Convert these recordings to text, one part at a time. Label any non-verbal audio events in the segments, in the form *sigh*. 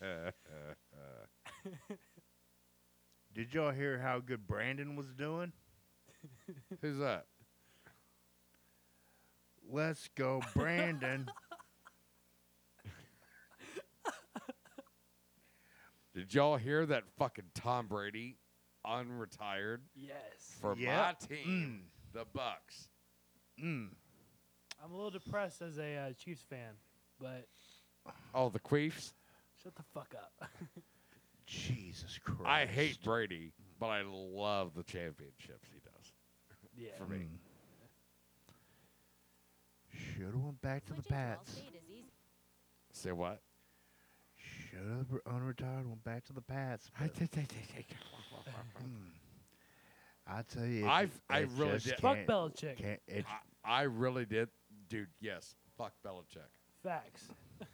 *laughs* Did y'all hear how good Brandon was doing? Who's that? Let's *laughs* go, Brandon. Did y'all hear that fucking Tom Brady unretired Yes. for Yep. my team, the Bucks? mm. I'm a little depressed as a uh, Chiefs fan, but Oh, the Queefs. shut the fuck up. *laughs* Jesus Christ. I hate Brady, but I love the championships he does. yeah. For me. Should have Mm. went back to the Pats. Say what? Should have unretired, went back to the Pats. but, *laughs* mm, I tell you, it- I've- I it really just did- Fuck can't- Belichick. can't- it- I, I really did, dude. Yes, fuck Belichick. Facts.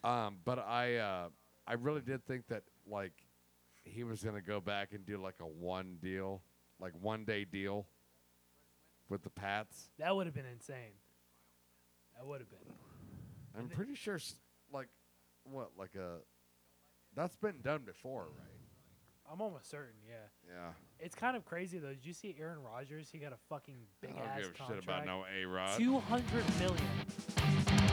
Um, but I uh, I really did think that like he was gonna go back and do like a one deal, like one day deal with the Pats. That would have been insane. That would have been. I'm pretty sure s- like what like a that's been done before, right? I'm almost certain. Yeah. Yeah. It's kind of crazy though. Did you see Aaron Rodgers? He got a fucking big I don't ass give a shit contract. about no A Rod. Two hundred million.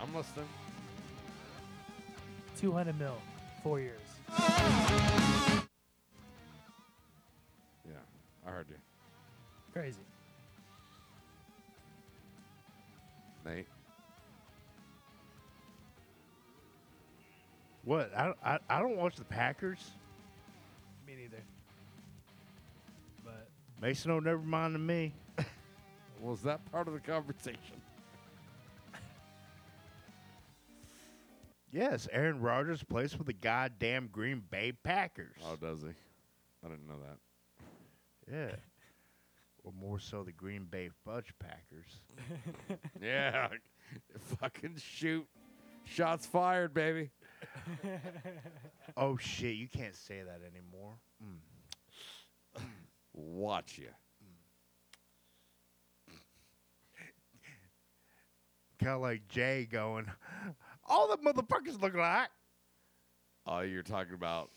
I'm listening. Two hundred mil. Four years. Yeah, I heard you, Crazy. Nate. what? I, don't- I, I don't watch the Packers. Me neither. But *laughs* Mason, oh, never mind to me. Was that part of the conversation? Yes, Aaron Rodgers plays for the goddamn Green Bay Packers. Oh, does he? I didn't know that. *laughs* yeah. Or more so, the Green Bay Fudge Packers. Yeah. *laughs* Fucking shoot. Shots fired, baby. oh shit, you can't say that anymore. Mm. Watch you. Kind of like Jay going, all the motherfuckers look alike. Oh, you're talking about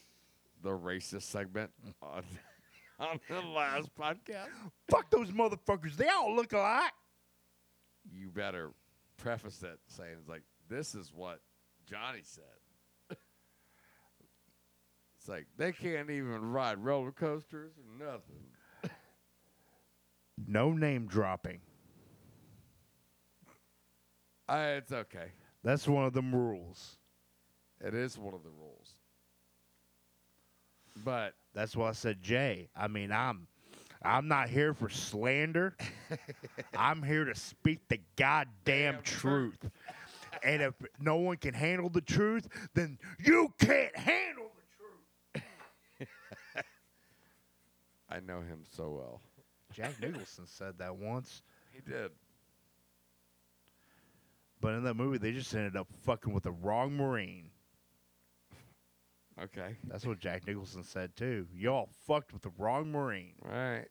the racist segment on, *laughs* on the last podcast? Fuck those motherfuckers. They all look alike. You better preface that saying, it's like, this is what Johnny said. *laughs* it's like, they can't even ride roller coasters or nothing. No name dropping. Uh, it's okay. That's one of them rules. It is one of the rules. But That's why I said Jay. I mean, I'm I'm not here for *laughs* slander. I'm here to speak the goddamn Damn truth. truth. and if no one can handle the truth, then you can't handle the truth. I know him so well. Jack Nicholson said that once, He did. but in that movie they just ended up fucking with the wrong marine. Okay. That's what Jack Nicholson said too. Y'all fucked with the wrong marine. All right.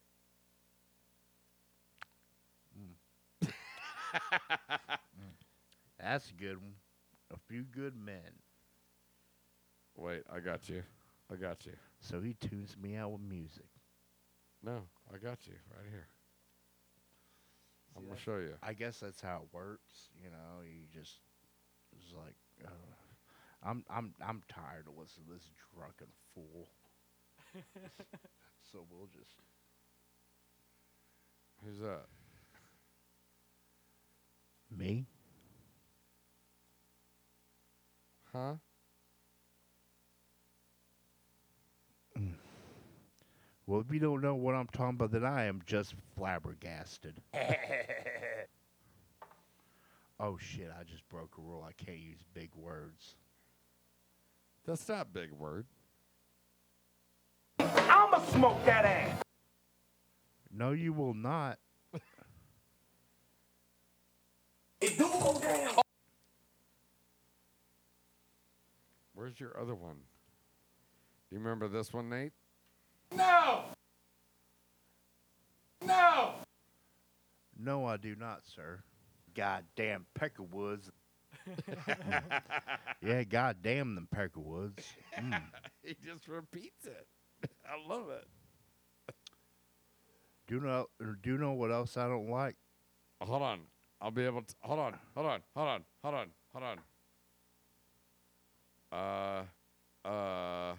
That's a good one. A few good men. Wait, I got you. I got you. So he tunes me out with music. No, I got you right here. I'm See gonna that? show you. I guess that's how it works. You know, you just it's like, uh, I'm I'm I'm tired of listening to this drunken fool. so we'll just Who's that? me. Huh? Well, if you don't know what I'm talking about, then I am just *laughs* flabbergasted. oh shit! I just broke a rule. I can't use big words. That's not a big word. No, you will not. Where's your other one? You remember this one, Nate? No, I do not, sir. Goddamn Peckerwoods. yeah, goddamn them Peckerwoods. Mm. *laughs* he just repeats it. *laughs* I love it. Do you know? Do you know what else I don't like? Hold on. I'll be able to. Hold on. Hold on. Hold on. Hold on. Hold on. Uh, uh.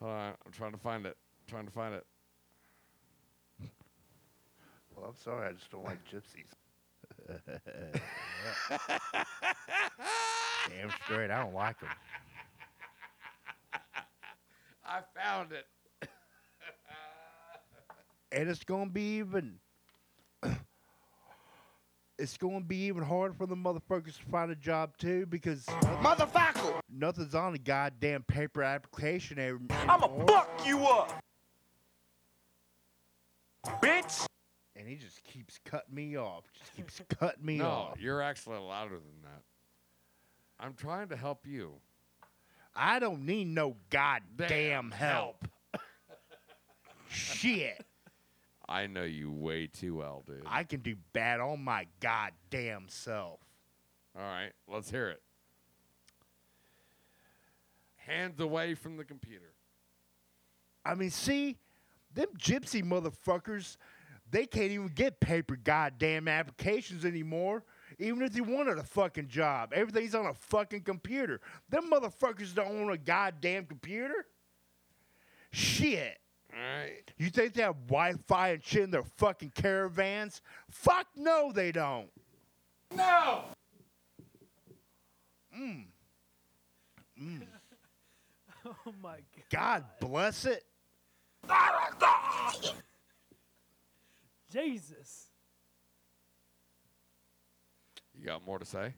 Hold on. I'm trying to find it. trying to find it. Well, I'm sorry, I just don't like gypsies. *laughs* Damn straight, I don't like them. I found it. and it's gonna be even. *clears throat* It's gonna be even harder for the motherfuckers to find a job too because Motherfucker! nothing's on the goddamn paper application every. I'ma fuck you up! Bitch! And he just keeps cutting me off. Just keeps cutting me *laughs* No, off. you're actually louder than that. I'm trying to help you. I don't need no goddamn help. *laughs* Shit, I know you way too well, dude. I can do bad on my goddamn self. All right, let's hear it. Hands away from the computer. I mean, see, them gypsy motherfuckers, they can't even get paper goddamn applications anymore. Even if they wanted a fucking job, everything's on a fucking computer. Them motherfuckers don't own a goddamn computer. Shit. All right. You think they have Wi Fi and shit in their fucking caravans? Fuck no, they don't. No! Oh my god. God bless it. *laughs* Jesus. You got more to say?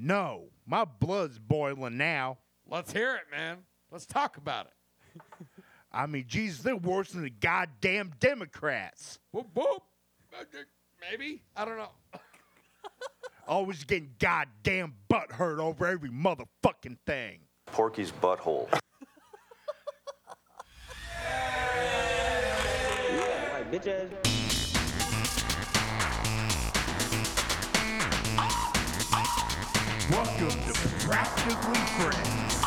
No, my blood's boiling now. Let's hear it, man. Let's talk about it. I mean, Jesus, they're worse than the goddamn Democrats. Boop, boop. Maybe. I don't know. *coughs* Always getting goddamn butt hurt over every motherfucking thing. Porky's butthole. Welcome to Practically Friends.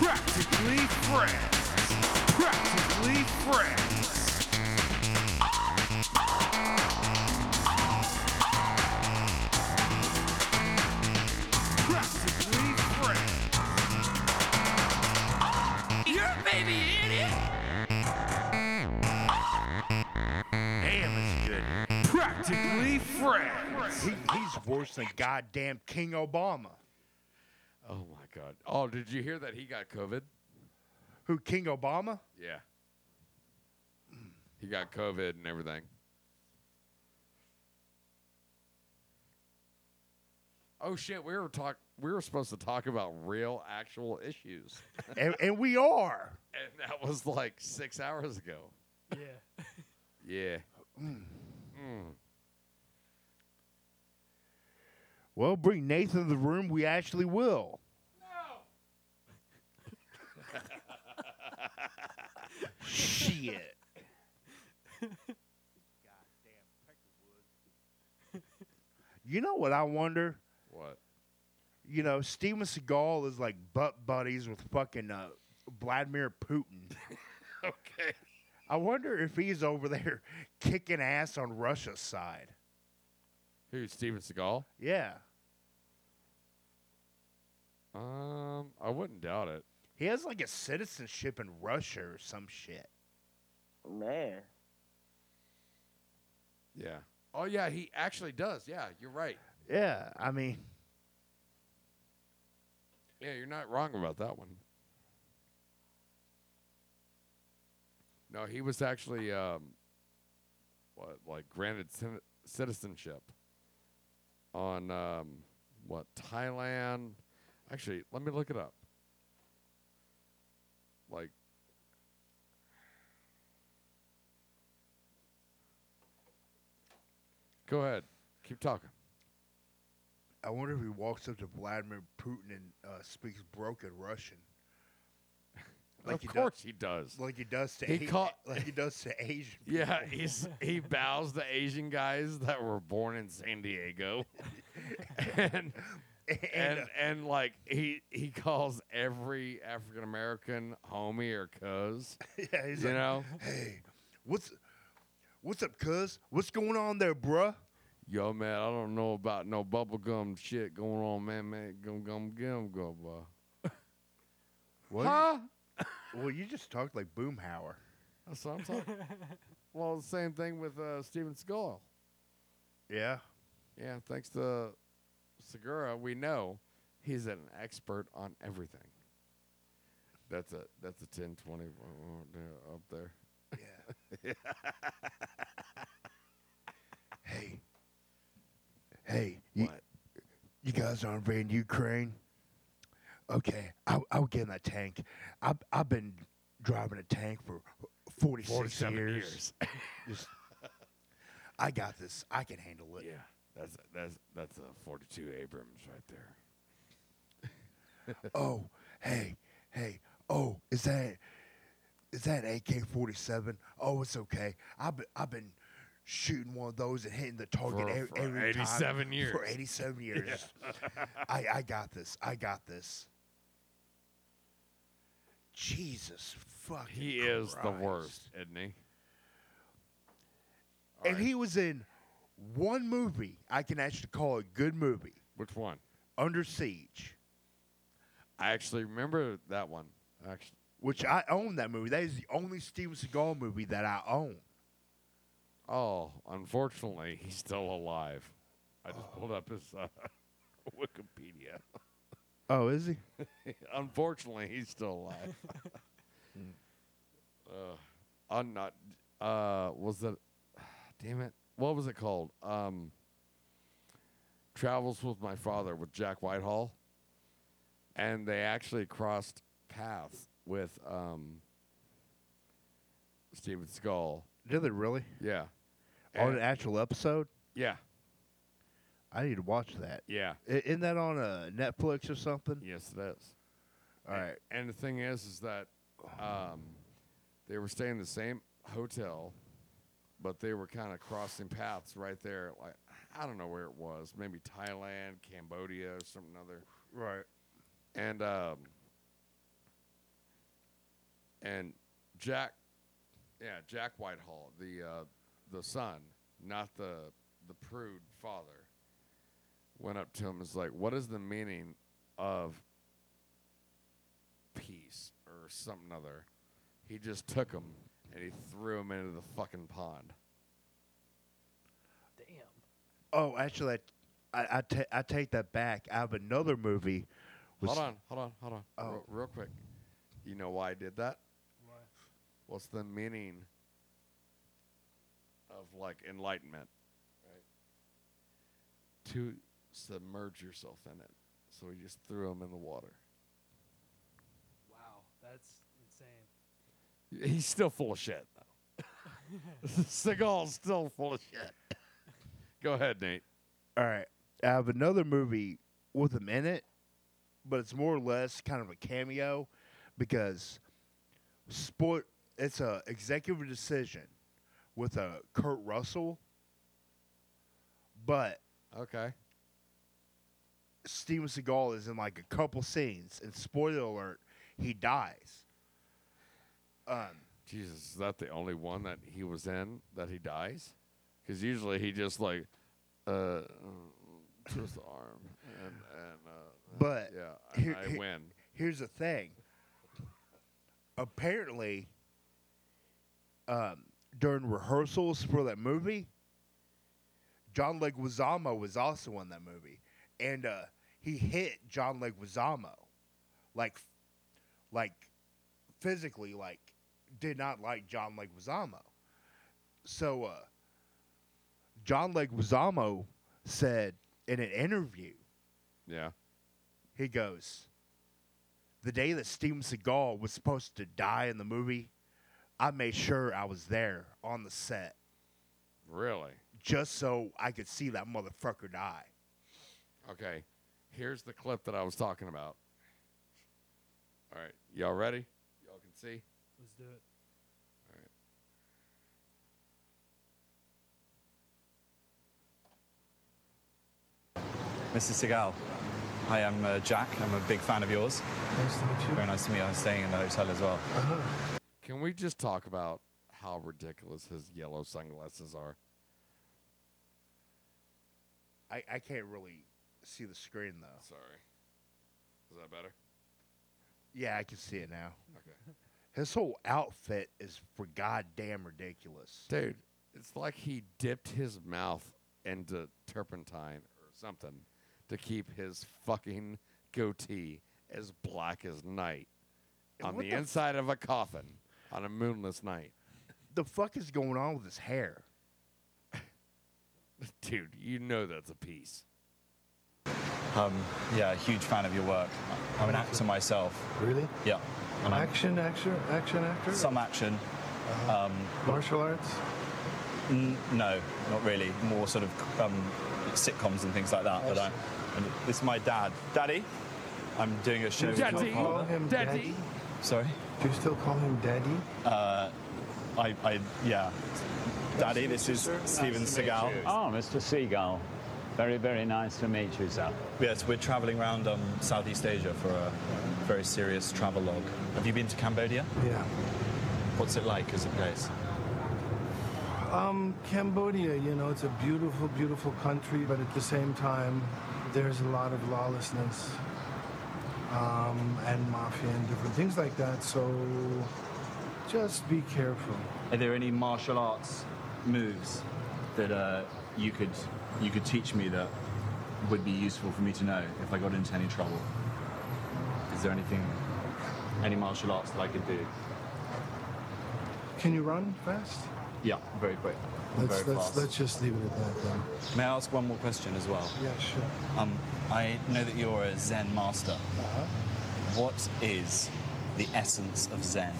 Practically Friends. Practically Friends. Practically Friends. Damn, it's good. Practically Friends. He, he's worse than goddamn King Obama. Oh, my God. Oh, did you hear that he got COVID? Who, King Obama? Yeah. He got COVID and everything. Oh shit, we were talk we were supposed to talk about real actual issues. and, and we are. and that was like 6 hours ago. Hmm. Yeah. Yeah. Well, bring Nathan to the room. We actually will. No. Shit. you know what I wonder? What? You know, Steven Seagal is like butt buddies with fucking uh, Vladimir Putin. Okay. I wonder if he's over there *laughs* kicking ass on Russia's side. Who Steven Seagal? Yeah. Um, I wouldn't doubt it. He has like a citizenship in Russia or some shit. Man. Yeah. Oh yeah, he actually does. Yeah, you're right. Yeah, I mean, Yeah, you're not wrong about that one. No, he was actually um, what, like granted citi- citizenship on um, what Thailand. Actually, let me look it up. Like, go ahead, keep talking. I wonder if he *laughs* walks up to Vladimir Putin and uh, speaks broken Russian. Like of he does- course he does. Like he does to He A- caught- *laughs* like he does to Asian. *laughs* Yeah, he's he bows to Asian guys that were born in San Diego, *laughs* people. and *laughs* And, uh, and and like he he calls every African American homie or cuz, yeah, he's you like, know, hey, what's what's up, cuz? What's going on there, bruh? yo man, I don't know about no bubblegum shit going on, man, man, gum gum gum gum. uh." What? Huh? Well, you just talked like Boomhauer. That's what I'm talking. well, the same thing with uh, Steven Seagal. Yeah. Yeah, thanks to Segura, we know he's an expert on everything. That's a that's a 10 20 uh, up there. Yeah. *laughs* hey. Hey. You, What? you guys are invading Ukraine? Okay, I'll, I'll get in that tank. I've, I've been driving a tank for 46 years. Just, I got this. I can handle it. Yeah. That's a, that's that's a 42 Abrams right there. Oh, hey, hey. Oh, is that is that AK-47? Oh, it's okay. I've been, I've been shooting one of those and hitting the target For- Oh, every, for every time 87 For years. *laughs* 87 years. I I got this. I got this. Jesus fucking He is the Christ. worst, isn't he? And Alright, he was in one movie I can actually call a good movie, which one? Under Siege. I actually remember that one. Actually, which I own that movie. That is the only Steven Seagal movie that I own. oh, unfortunately, he's still alive. I just pulled up his uh, *laughs* Wikipedia. Oh, is he? Unfortunately, he's still alive. uh, I'm not. Uh, was that? *sighs* Damn it! What was it called? Um, Travels with my father with Jack Whitehall, and they actually crossed paths with um, Steven Skull. Did they really? Yeah. On And- an actual episode? yeah. I need to watch that. Yeah. I- Isn't that on uh, Netflix or something? Yes, it is. All right. And the thing is, is that um, they were staying in the same hotel, but they were kind of crossing paths right there. Like I don't know where it was, maybe Thailand, Cambodia, or something other. Right. And um, and Jack, yeah, Jack Whitehall, the uh, the son, not the the prude father, went up to him and was like, "What is the meaning of peace or something other?" He just took him and he threw him into the fucking pond. Damn. Oh, actually, I I I ta- I take that back. I have another movie. with- hold on, hold on, hold on, Oh. real, real quick. You know why I did that? What? What's the meaning of like enlightenment? Right. To submerge yourself in it. So he just threw him in the water. Wow, that's *laughs* insane. *laughs* He's still full of shit. *laughs* Seagal's still full of shit. *laughs* Go ahead, Nate. All right. I have another movie with him in it, but it's more or less kind of a cameo because sport it's a executive decision with a Kurt Russell, but Okay. Steven Seagal is in like a couple scenes, and spoiler alert, he dies. Um, Jesus, is that the only one that he was in that he dies? Because usually he just like uh, twists the arm and and uh, but yeah, here- I, I here- win. here's the thing. Apparently, um, during rehearsals for that movie, John Leguizamo was also in that movie, and uh, he hit John Leguizamo, like, like, physically, like, did not like John Leguizamo. So, uh, John Leguizamo said in an interview, Yeah. he goes, The day that Steven Seagal was supposed to die in the movie, I made sure I was there on the set Really? just so I could see that motherfucker die. Okay. Here's the clip that I was talking about. All right. Y'all ready? Y'all can see see? Let's do it. Mrs. Segal. Hi, I'm uh, Jack. I'm a big fan of yours. Nice to meet you. Very nice to meet you. I'm staying in the hotel as well. Can we just talk about how ridiculous his yellow sunglasses are? I, I can't really see the screen though. Sorry. Is that better? Yeah, I can see it now. Okay. *laughs* His whole outfit is for goddamn ridiculous. Dude, it's like he dipped his mouth into turpentine or something to keep his fucking goatee as black as night And on what the the f- inside of a coffin on a moonless night. The fuck is going on with his hair? Dude, you know that's a piece. Um, yeah, huge fan of your work. I'm an actor myself. Really? Yeah. And I'm Action, action, action actor? some action. Martial arts? N- no, not really. More sort of um, sitcoms and things like that. But I, and this is my dad. Daddy, I'm doing a show with my Daddy. Call partner. him Daddy. Daddy. Sorry? Do you still call him Daddy? I, I, yeah. Daddy, this is Steven Seagal. Oh, Mr. Seagull. Very, very nice to meet you, sir. Yes, we're traveling around um, Southeast Asia for a very serious travel log. Have you been to Cambodia? Yeah. What's it like as a place? Um, Cambodia, you know, it's a beautiful, beautiful country, but at the same time, there's a lot of lawlessness um, and mafia and different things like that. So just be careful. Are there any martial arts moves that uh, you could you could teach me that would be useful for me to know if I got into any trouble? Is there anything, any martial arts that I could do? Can you run fast? Yeah, very quick, Let's, very let's, fast. let's just leave it at that then. May I ask one more question as well? Yeah, sure. Um, I know that you're a Zen master. What is the essence of Zen?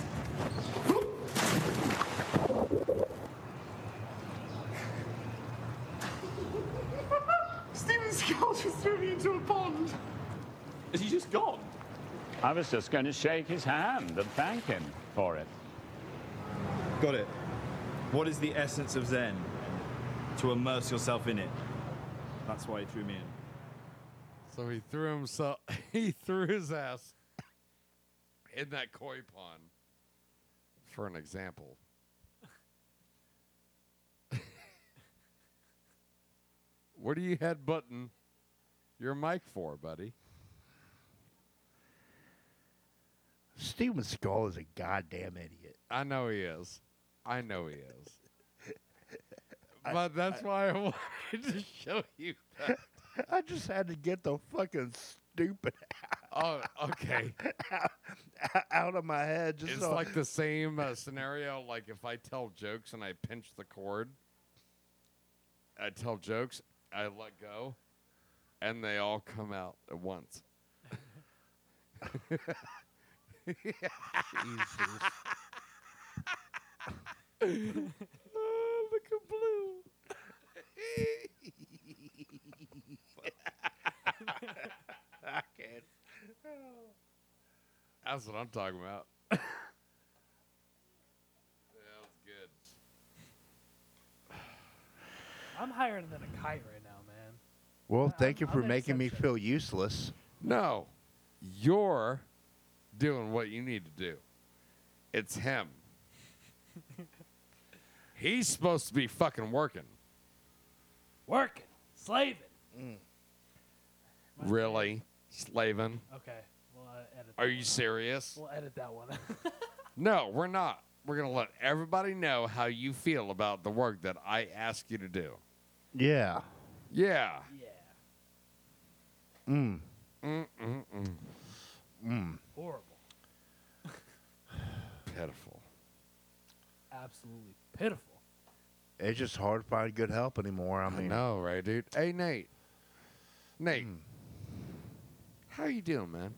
Steven Seagal just threw me into a pond. Is he just gone? I was just going to shake his hand and thank him for it. Got it. What is the essence of Zen? To immerse yourself in it. That's why he threw me in. So he threw himself, *laughs* he threw his ass in that koi pond for an example. *laughs* what are you headbutting your mic for, buddy? Steven Skull is a goddamn idiot. *laughs* I know he is. I know he is. but that's why I *laughs* wanted to show you that. I just had to get the fucking stupid *laughs* Oh, okay. out of my head. Just It's so- like the same uh, scenario. Like if I tell jokes and I pinch the cord, I tell jokes, I let go, and they all come out at *laughs* once. oh, look at *laughs* blue. I can't. That's what I'm talking about. yeah, that's good. I'm higher than a kite right now, man. Well, Uh, thank you I'm- for I'm an making me exception. feel useless. No, you're doing what you need to do. It's *laughs* him. He's supposed to be fucking working. Working, slaving. Must be- Really? Slaving? Okay. We'll uh, edit. Are that you one out. serious? We'll edit that one. *laughs* out. No, we're not. We're going to let everybody know how you feel about the work that I ask you to do. Yeah. Yeah. yeah. Mm. Mm-mm-mm. Horrible. Pitiful. Absolutely pitiful. It's just hard to find good help anymore. I I mean, Hmm. know, right, dude? Hey, Nate. Nate. How you doing, man?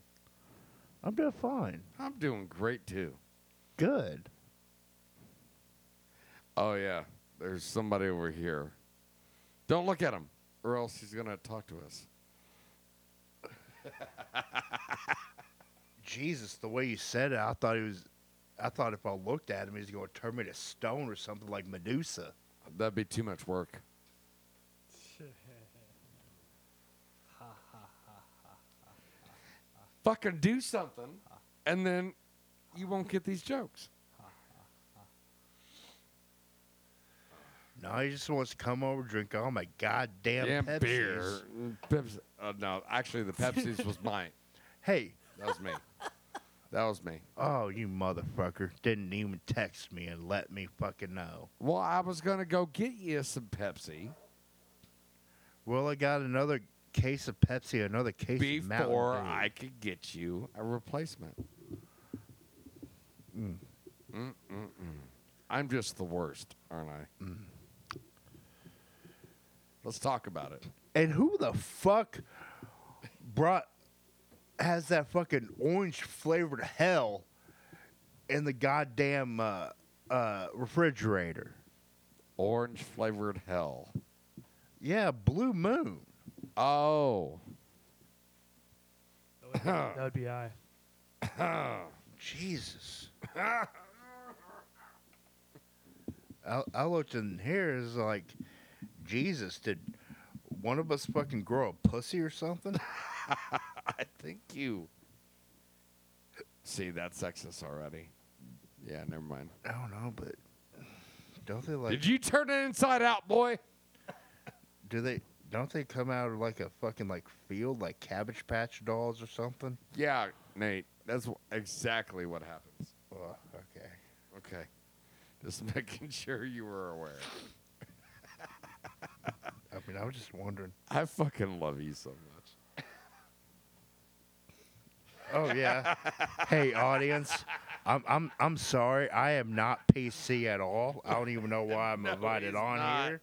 I'm doing fine. I'm doing great, too. Good. Oh yeah, there's somebody over here. Don't look at him, or else he's gonna talk to us. Jesus, the way you said it, I thought he was I thought if I looked at him, he's going to turn me to stone or something like Medusa. That'd be too much work. Fucking do something, and then you won't get these jokes. No, he just wants to come over, drink all my goddamn Damn Pepsis. beer. Pepsi. Uh, no, actually, the Pepsi's was mine. Hey, That *laughs* was me. That was me. oh, you motherfucker didn't even text me and let me fucking know. Well, I was gonna go get you some Pepsi Well, I got another case of Pepsi, another case of Mountain before Dew. I could get you a replacement. Mm. Mm-mm-mm. I'm just the worst, aren't I? Let's talk about it. And who the fuck brought has that fucking orange flavored hell in the goddamn uh, uh, refrigerator? Orange flavored hell. Yeah, Blue Moon. Oh, That would be, that would be I. Jesus. I, I looked in here. It's like, Jesus, did one of us fucking grow a pussy or something? I think you. See, that's sexist already. Yeah, never mind. I don't know, but don't they like? Did you turn it inside out, boy? Do they? Don't they come out of like a fucking like field, like Cabbage Patch Dolls or something? Yeah, Nate. That's wh- exactly what happens. Oh, okay. Okay. Just *laughs* making sure you were aware. I mean, I was just wondering. I fucking love you so much. Oh yeah. hey, audience. I'm I'm I'm sorry. I am not PC at all. I don't even know why *laughs* I'm invited on here.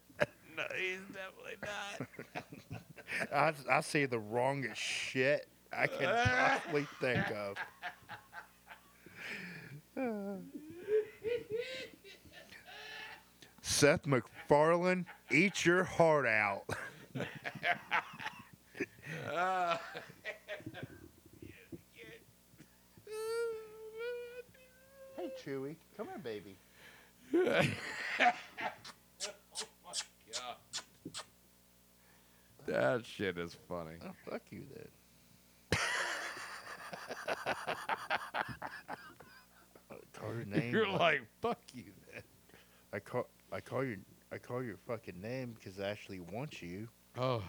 No, he's definitely not. I *laughs* I say the wrongest shit I can *laughs* possibly think of. Seth MacFarlane, eat your heart out. hey, Chewy, come here, baby. That shit is funny. Oh, fuck you then. I call your name. *laughs* You're like- like, fuck you then. I call I call your I call your fucking name because I actually want you. Oh.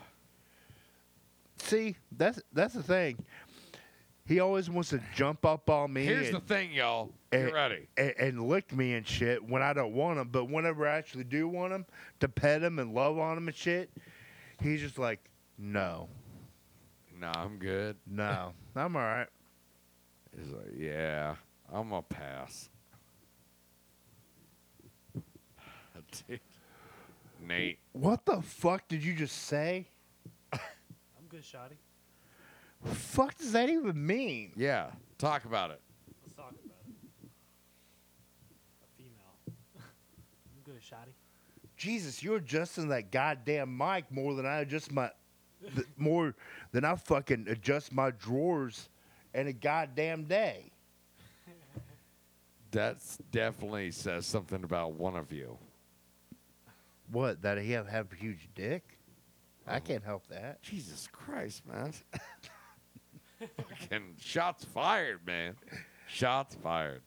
See, that's that's the thing. He always wants to jump up on me Here's the and, thing, y'all. and- Get ready. and, and lick me and shit when I don't want him. But whenever I actually do want him to pet him and love on him and shit, he's just like, no, No, I'm good. no, I'm all right. He's like, yeah, I'm gonna pass. *laughs* Dude. Nate. What the fuck did you just say? I'm good, Shoddy. Fuck does that even mean? Yeah, talk about it. Let's talk about it. A female. *laughs* I'm good, Shoddy. Jesus, you're adjusting that goddamn mic more than I adjust my, th- more than I fucking adjust my drawers in a goddamn day. That's definitely says something about one of you. What? That he have, have a huge dick? I can't help that. Jesus Christ, man. Fucking shots fired, man. Shots fired.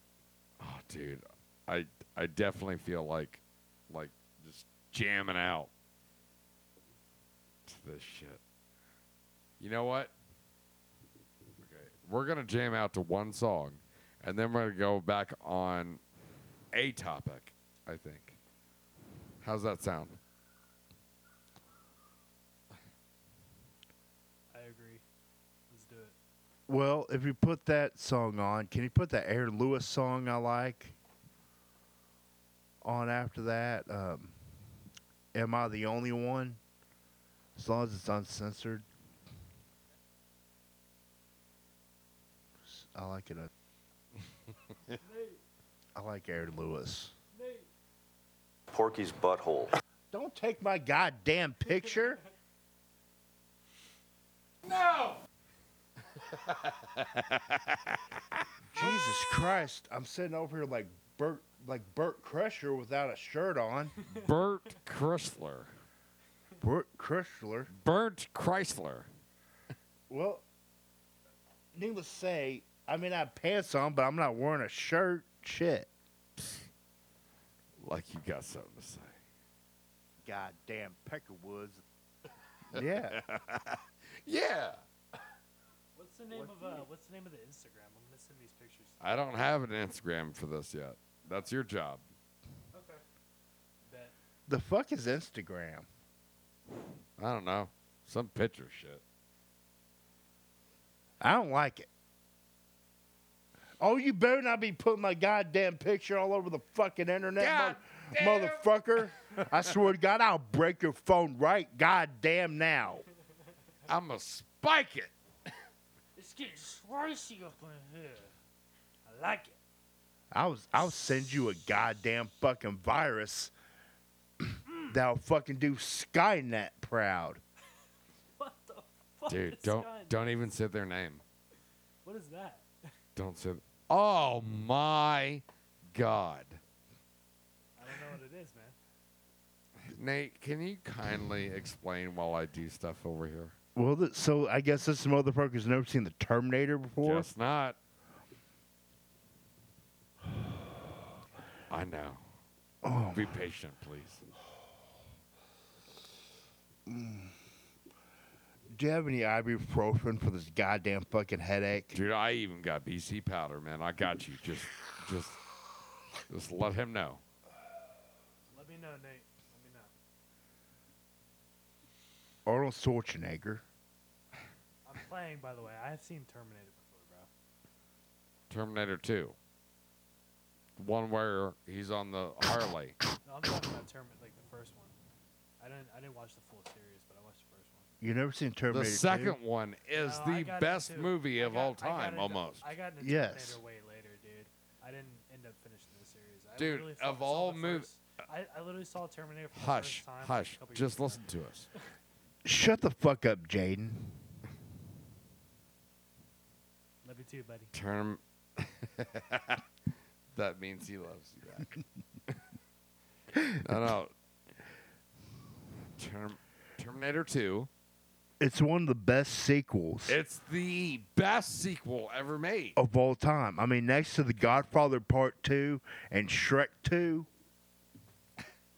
Oh, dude. I I definitely feel like like just jamming out to this shit. You know what? Okay. We're going to jam out to one song and then we're going to go back on a topic, I think. How's that sound? I agree. Let's do it. Well, if you put that song on, can you put that Aaron Lewis song I like on after that? Um, Am I the only one? As long as it's uncensored. S- I like it. uh, I like Aaron Lewis. Porky's butthole. Don't take my goddamn *laughs* picture. no. *laughs* Jesus Christ, I'm sitting over here like Bert, like Bert Crusher without a shirt *laughs* on. Bert Chrysler. Bert Crusher. Bert Chrysler. Well, needless to say, I mean, I have pants on, but I'm not wearing a shirt. Shit. Like you got something to say. Goddamn Peckerwoods. *laughs* yeah. Yeah. What's the name of uh, What's the name of the Instagram? I'm gonna send these pictures. I don't have an Instagram for this yet. That's your job. Okay. Bet. The fuck is Instagram? I don't know. Some picture shit. I don't like it. Oh, you better not be putting my goddamn picture all over the fucking internet, mo- motherfucker. I swear to God, I'll break your phone right goddamn now. I'm going to spike it. It's getting spicy up in here. I like it. *laughs* I'll, I'll send you a goddamn fucking virus *clears throat* that'll fucking do Skynet proud. What the fuck? Dude, is don't going- don't even say their name. What is that? Don't say Oh my god. I don't know what it is, man. Nate, can you kindly explain while I do stuff over here? Well, th- so I guess this motherfucker's never seen the Terminator before. Just not. *sighs* I know. Oh, Be patient, please. do you have any ibuprofen for this goddamn fucking headache? Dude, I even got BC powder, man. I got you. Just, just, just let him know. Let me know, Nate. Let me know. Arnold Schwarzenegger. I'm playing, by the way. I have seen Terminator before, bro. Terminator Two. One where he's on the Harley. No, I'm talking about Terminator, like the first one. I didn't, I didn't watch the full series, but I watched the first one. You never seen The Terminator? 2? second one is No, I the got it best too. movie I of got- all I got time, into- almost. I got into Yes. Terminator way later, dude. I didn't end up finishing the series. I Dude, literally saw- of saw all the mov- first- I, I literally saw Terminator for the Hush, first time. like, a hush. couple years Just ago. listen to us. Shut the fuck up, Jaden. Love you too, buddy. Term. *laughs* that means he loves you back. no, no. Term- Terminator Two. It's one of the best sequels It's the best sequel ever made. of all time. I mean, next to The Godfather Part 2 and Shrek 2.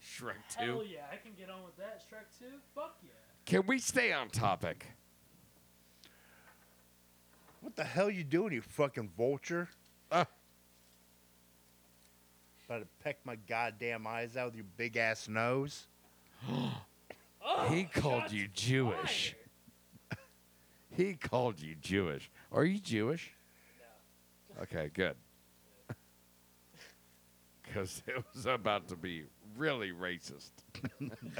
Shrek Hell Two. yeah, I can get on with that. Shrek 2? Fuck yeah. Can we stay on topic? What the hell you doing, you fucking vulture? Ah. About to peck my goddamn eyes out with your big ass nose. he Oh, called you Jewish. he called you Jewish. Are you Jewish? No. Okay, good. *laughs* Because it was about to be really racist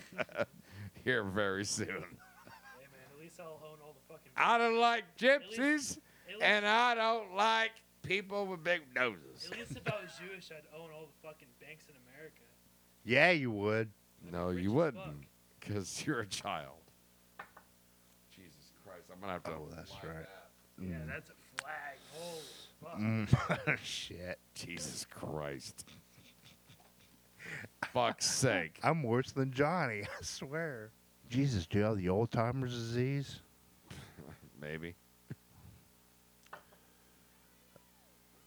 *laughs* here very soon. Hey, man, at least I'll own all the fucking. I don't like gypsies, at least- and I don't like people with big noses. At least if I was Jewish, I'd own all the fucking banks in America. Yeah, you would. *laughs* No, rich you as wouldn't, fuck. because you're a child. Jesus Christ, I'm gonna have to. Oh, that's line right. that. Yeah, that's a flag. Holy fuck. Mm, Shit. Jesus Christ. Fuck's sake. I'm worse than Johnny, *laughs* I swear. Jesus, do you have the old timer's disease? Maybe.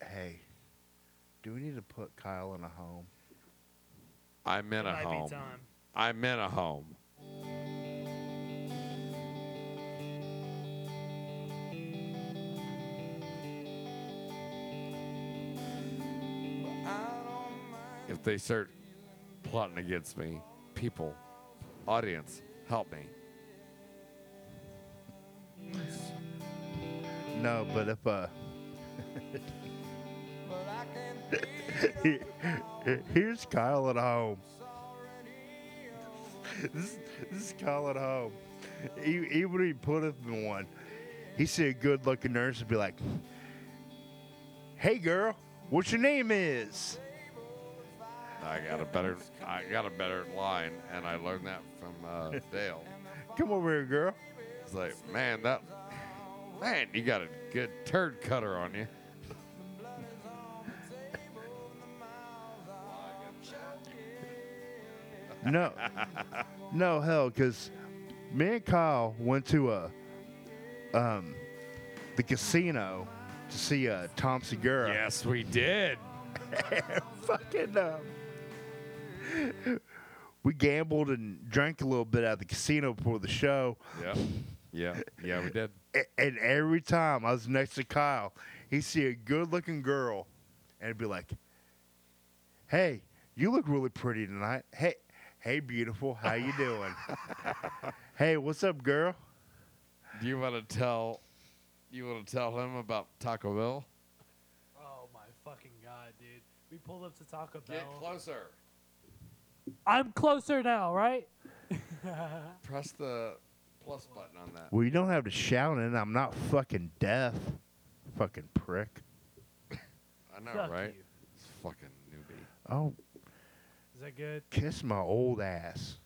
Hey, do we need to put Kyle in a home? I'm in a Might be home. time. I'm in a home. If they start plotting against me, people, audience, help me. No, but if uh *laughs* Here's Kyle at home. *laughs* This, this is Kyle at home. E- Even if he put up in one, he see a good looking nurse and be like, Hey girl, what your name is? I got a better, I got a better line, and I learned that from uh, Dale. Come over here, girl. It's like, man, that, man, you got a good turd cutter on you. no, no, hell, because me and Kyle went to a, um, the casino to see uh, Tom Segura. Yes, we did. *laughs* fucking um, we gambled and drank a little bit at the casino before the show Yeah, yeah, yeah, we did. a- and every time I was next to Kyle, he'd see a good looking girl and be like, Hey, you look really pretty tonight. Hey, hey beautiful, how you *laughs* doing? hey, what's up, girl? Do you want to tell? You want to tell him about Taco Bell? Oh my fucking god, dude. We pulled up to Taco Bell. Get closer. I'm closer now, right? Press the plus button on that. Well, you don't have to shout and I'm not fucking deaf. Fucking prick. I know, Fuck right? you. It's fucking newbie. Oh, Is that good? kiss my old ass.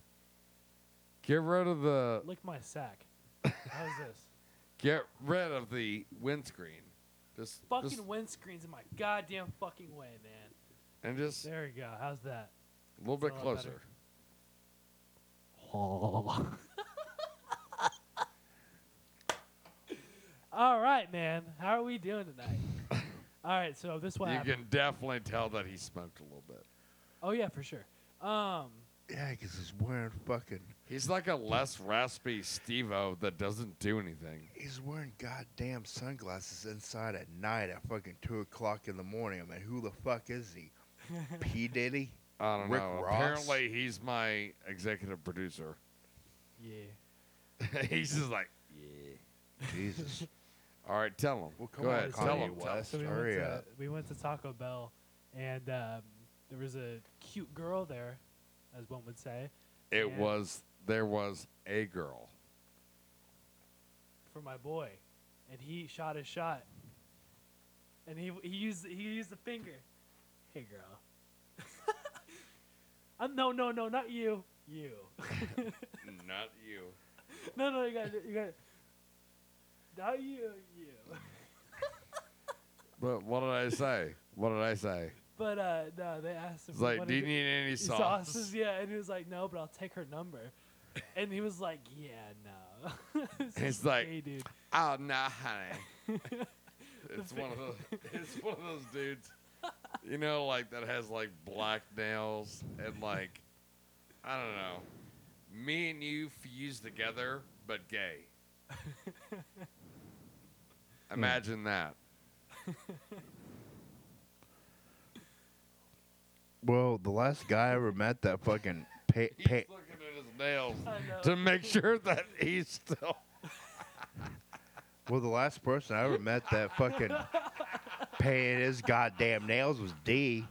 Get rid of the Lick my *laughs* sack. How's this? get rid of the windscreen. Just Fucking just- windscreens in my goddamn fucking way, man. and just a There you go. How's that? little bit It's a lot closer. better. All right, man. How are we doing tonight? All right, so this is what You happened. can definitely tell that he smoked a little bit. Oh yeah, for sure. Um, Yeah, 'cause he's wearing fucking, He's like a less raspy Stevo that doesn't do anything. he's wearing goddamn sunglasses inside at night at fucking 2 o'clock in the morning. I mean, who the fuck is *laughs* he? P. Diddy? I don't Rick know. Ross? Apparently, he's my executive producer. yeah. *laughs* he's just like, Jesus. all right, tell him. Well, come Go on, ahead, Kanye tell him. tell him. West. So we went, Hurry to, up. we went to Taco Bell, and um, there was a cute girl there, as one would say, It Yeah. was there was a girl. for my boy, and he shot his shot, and he he used he used the finger. Hey, girl. *laughs* I'm, no, no, no, not you. You. *laughs* Not you. no, no, you got you got. Not you. You. But what did I say? What did I say? But uh, no, they asked him. It's like, "Wanna do you get need any these sauce? *laughs* sauces? *laughs* Yeah, and he was like, no, but I'll take her number. And he was like, yeah, no. *laughs* It's It's like- hey, dude. Oh no, honey. *laughs* it's one of those. It's one of those dudes. You know, like that has like black nails and like, I don't know. Me and you fused together, but *laughs* gay. Imagine that. *laughs* Hmm. Well, the last guy I ever met that fucking pa- He's pa- looking at his nails I know. to make sure that he's still. well, the last person I ever met that fucking painted his goddamn nails was D.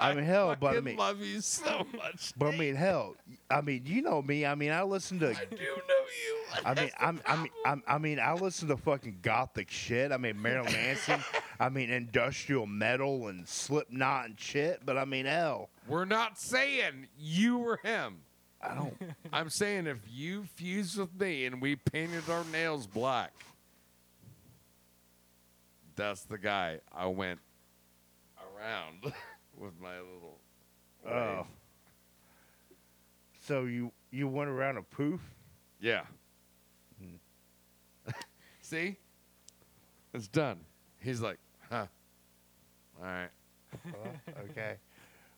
I mean, hell, but I fucking mean, love you so much. but I mean, hell, I mean, you know me. I mean, I listen to. I do know you. I mean, I'm, I mean, I'm, I mean, I listen to fucking gothic shit. I mean, Marilyn Manson. I mean, industrial metal and Slipknot and shit. But I mean, hell, We're not saying you or him. I don't I'm saying if you fused with me and we painted our nails black, that's the guy I went around *laughs* with my little. Oh. wave. So you you went around a poof? Yeah. *laughs* See? It's done. He's like, huh. All right. *laughs* okay.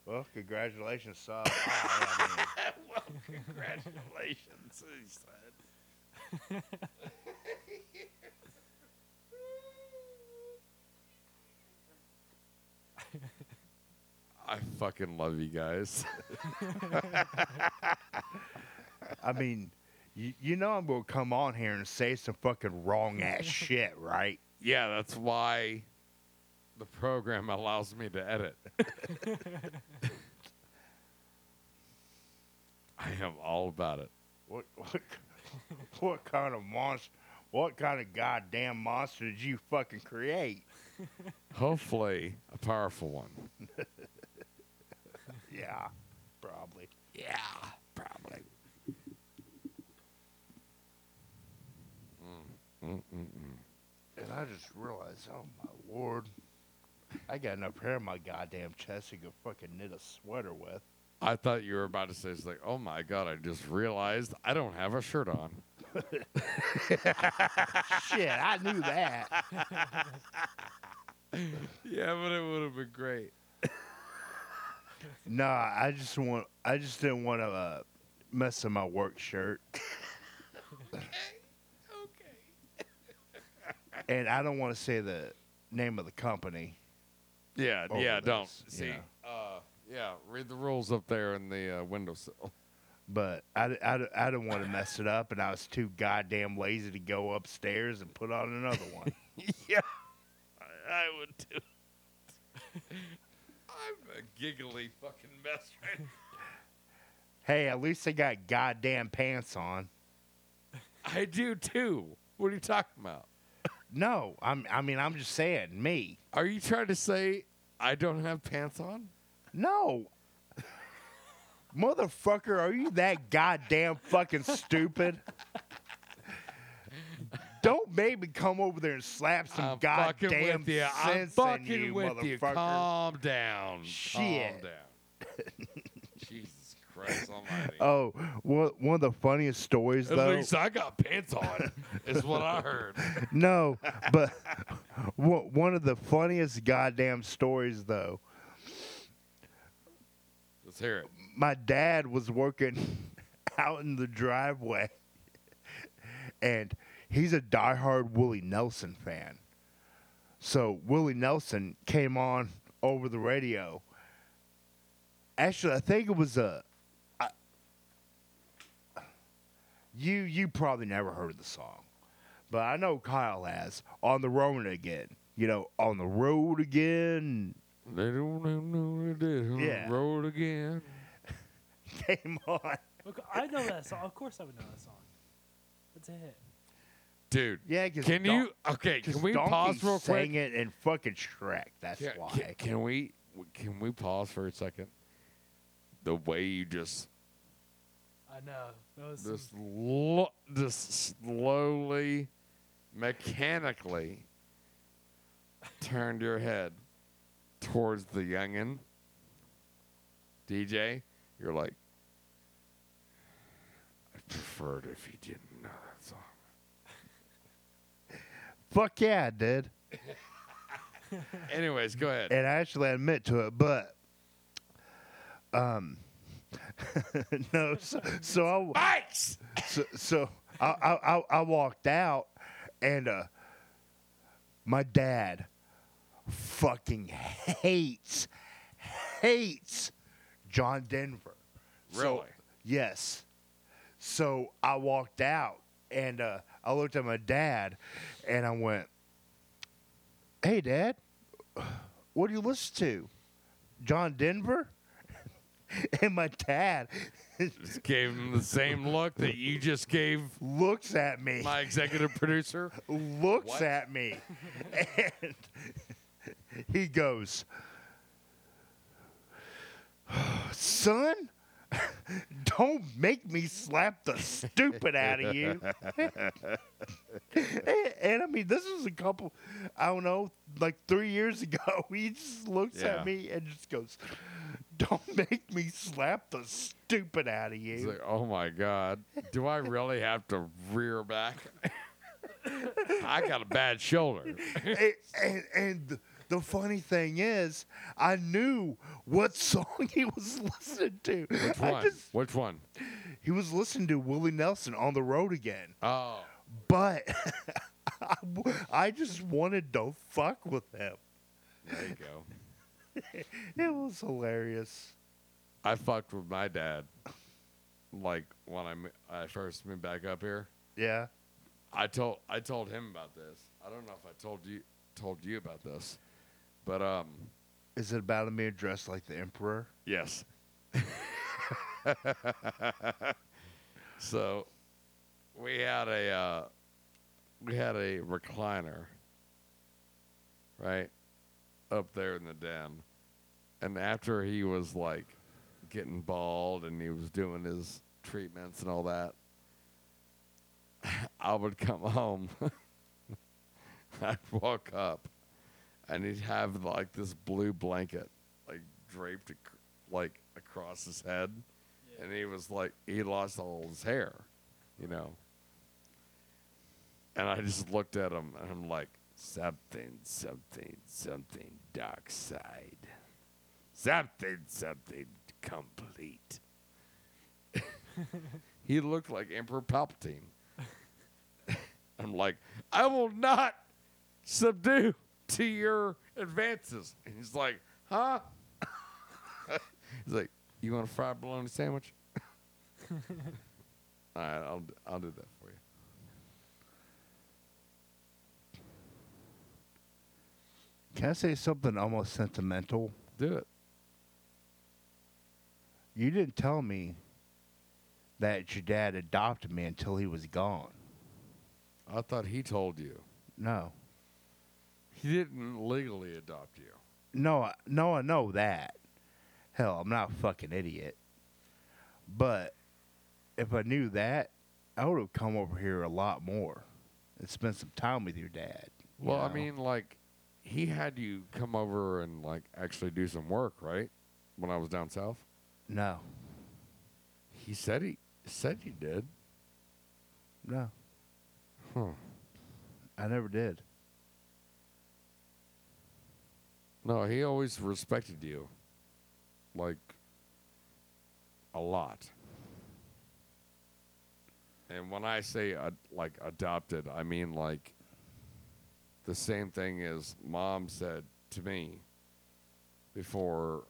Well, congratulations, *laughs* Saul. I mean, well, congratulations, *laughs* he said. I fucking love you guys. I mean, you, you know I'm gonna come on here and say some fucking wrong *laughs* ass shit, right? *laughs* yeah, that's why the program allows me to edit. *laughs* I am all about it. What *laughs* what, what kind of monster? What kind of goddamn monster did you fucking create? Hopefully, a powerful one. Yeah, probably. Yeah, probably. Mm, And I just realized, oh my lord, I got enough hair on my goddamn chest to go fucking knit a sweater with. I thought you were about to say, it's like, oh my God, I just realized I don't have a shirt on. Shit, I knew *laughs* that. Yeah, but it would have been great. No, I just want. I just didn't want to uh, mess up my work *laughs* shirt. okay. and I don't want to say the name of the company. Yeah, Over yeah, don't. this, See, Oh, yeah. Uh, yeah, read the rules up there in the *laughs* uh, windowsill. but I, d- I, d- I didn't want to mess it up, and I was too goddamn lazy to go upstairs and put on another *laughs* one. yeah, I, I would too. I'm a giggly fucking mess right hey, at least they got goddamn pants on. *laughs* I do too. What are you talking about? No, I'm, I mean, I'm just saying, me. Are you trying to say I don't have pants on? No. Motherfucker, are you that goddamn fucking stupid? Don't make me come over there and slap some I'm fucking goddamn with you. I'm sense fucking in you, with you. motherfucker. Calm down. Calm Shit. down. *laughs* Jesus Christ Almighty. Oh, one one of the funniest stories At though. least I got *laughs* pants on, is what I heard. No, but *laughs* o- one of the funniest goddamn stories though. Let's hear it. My dad was working *laughs* out in the driveway, *laughs* and he's a diehard Willie Nelson fan. So Willie Nelson came on over the radio. Actually, I think it was a. I- you you probably never heard the song, but I know Kyle has on the road again. You know, on the road again *laughs* They don't know what it is. Yeah. Road again. came on. Look, I know that song. Of course, I would know that song. That's a hit. Dude. Yeah, 'cause Can Don- you okay, Because can we Donkey pause real quick? sang it in fucking Shrek. That's Can, why. can, can we can we pause for a second? The way you just I know. That was some- this lo- this slowly, mechanically turned your head towards the youngin. DJ, you're like, I preferred if you didn't know that song. Fuck yeah, I did. Anyways, go ahead. And I actually admit to it, but um, *laughs* no. So, so I w- Bikes. so, so I, I, I, I walked out, and uh, my dad fucking hates hates John Denver. So, Really? yes. So I walked out, and uh, I looked at my dad, and I went, "Hey, Dad, what do you listen to? John Denver?" *laughs* and my dad *laughs* Just gave him the same look that you just gave looks at me. my executive producer. looks What? at me and *laughs* he goes, Son, *laughs* don't make me slap the stupid out of *laughs* you. and, and I mean, this was a couple, I don't know, like three years ago. *laughs* He just looks Yeah. at me and just goes, Don't make me slap the stupid out of you. It's like, oh my God, do I really have to rear back? I got a bad shoulder. and, and, and th- the funny thing is, I knew what song he was *laughs* listening to. Which I one? just, Which one? he was listening to Willie Nelson on the road again, Oh, but *laughs* I, w- I just wanted to fuck with him. there you go. It was hilarious. I fucked with my dad. Like when I, mo- I first moved back up here, Yeah. I told I told him about this. I don't know if I told you told you about this, but um, Is it about a man dressed like the emperor? Yes. *laughs* so we had a uh, we had a recliner right up there in the den. And after he was like getting bald and he was doing his treatments and all that, *sighs* *laughs* I would come home. I'd walk up and he'd have like this blue blanket like draped ac- like across his head, and he was like he lost all his hair, you know. And I just looked at him and I'm like, something, something, something, dark side. Something, something complete. he looked like Emperor Palpatine. *laughs* I'm like, I will not subdue to your advances. And he's like, huh? *laughs* he's like, you want a fried bologna sandwich? *laughs* All right, I'll, I'll do that for you. Can I say something almost sentimental? Do it. You didn't tell me that your dad adopted me until he was gone. I thought he told you. No. He didn't legally adopt you. No, I- no, I know that. Hell, I'm not a fucking idiot. But if I knew that, I would have come over here a lot more and spent some time with your dad. you Well, I know? mean, like, he had you come over and, like, actually do some work, right? When I was down south? no, He said he said he did. no, Huh. I never did. No, he always respected you. Like a lot. And when I say ad- like adopted, I mean like the same thing as mom said to me before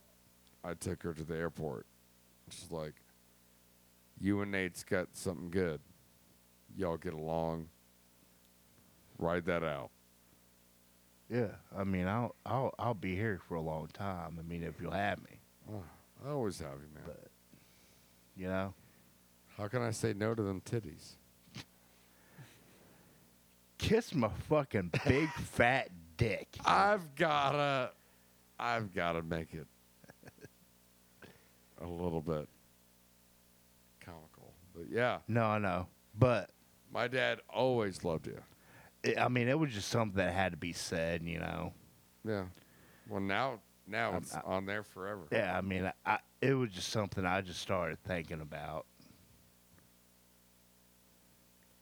I took her to the airport. She's like, You and Nate's got something good. Y'all get along. Ride that out. Yeah, I mean, I'll I'll I'll be here for a long time. I mean, if you'll have me, I always have you, man. you know. How can I say no to them titties? Kiss my fucking big *laughs* fat dick. I've gotta, I've gotta make it a little bit comical. But yeah, No, I know, but my dad always loved you. it, I mean, it was just something that had to be said, you know. Yeah. Well, now, now I'm- it's on there forever. Yeah, I mean, I it was just something I just started thinking about.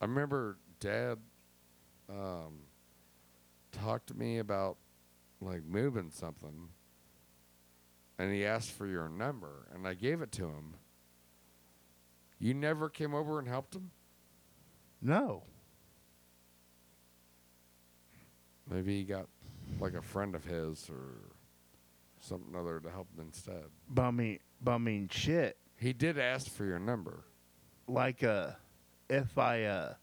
I remember dad um, talked to me about like moving something and he asked for your number and I gave it to him. You never came over and helped him? No, Maybe he got like a friend of his or something other to help him instead. but I mean, but I mean, shit. He did ask for your number. Like, uh, if I, uh,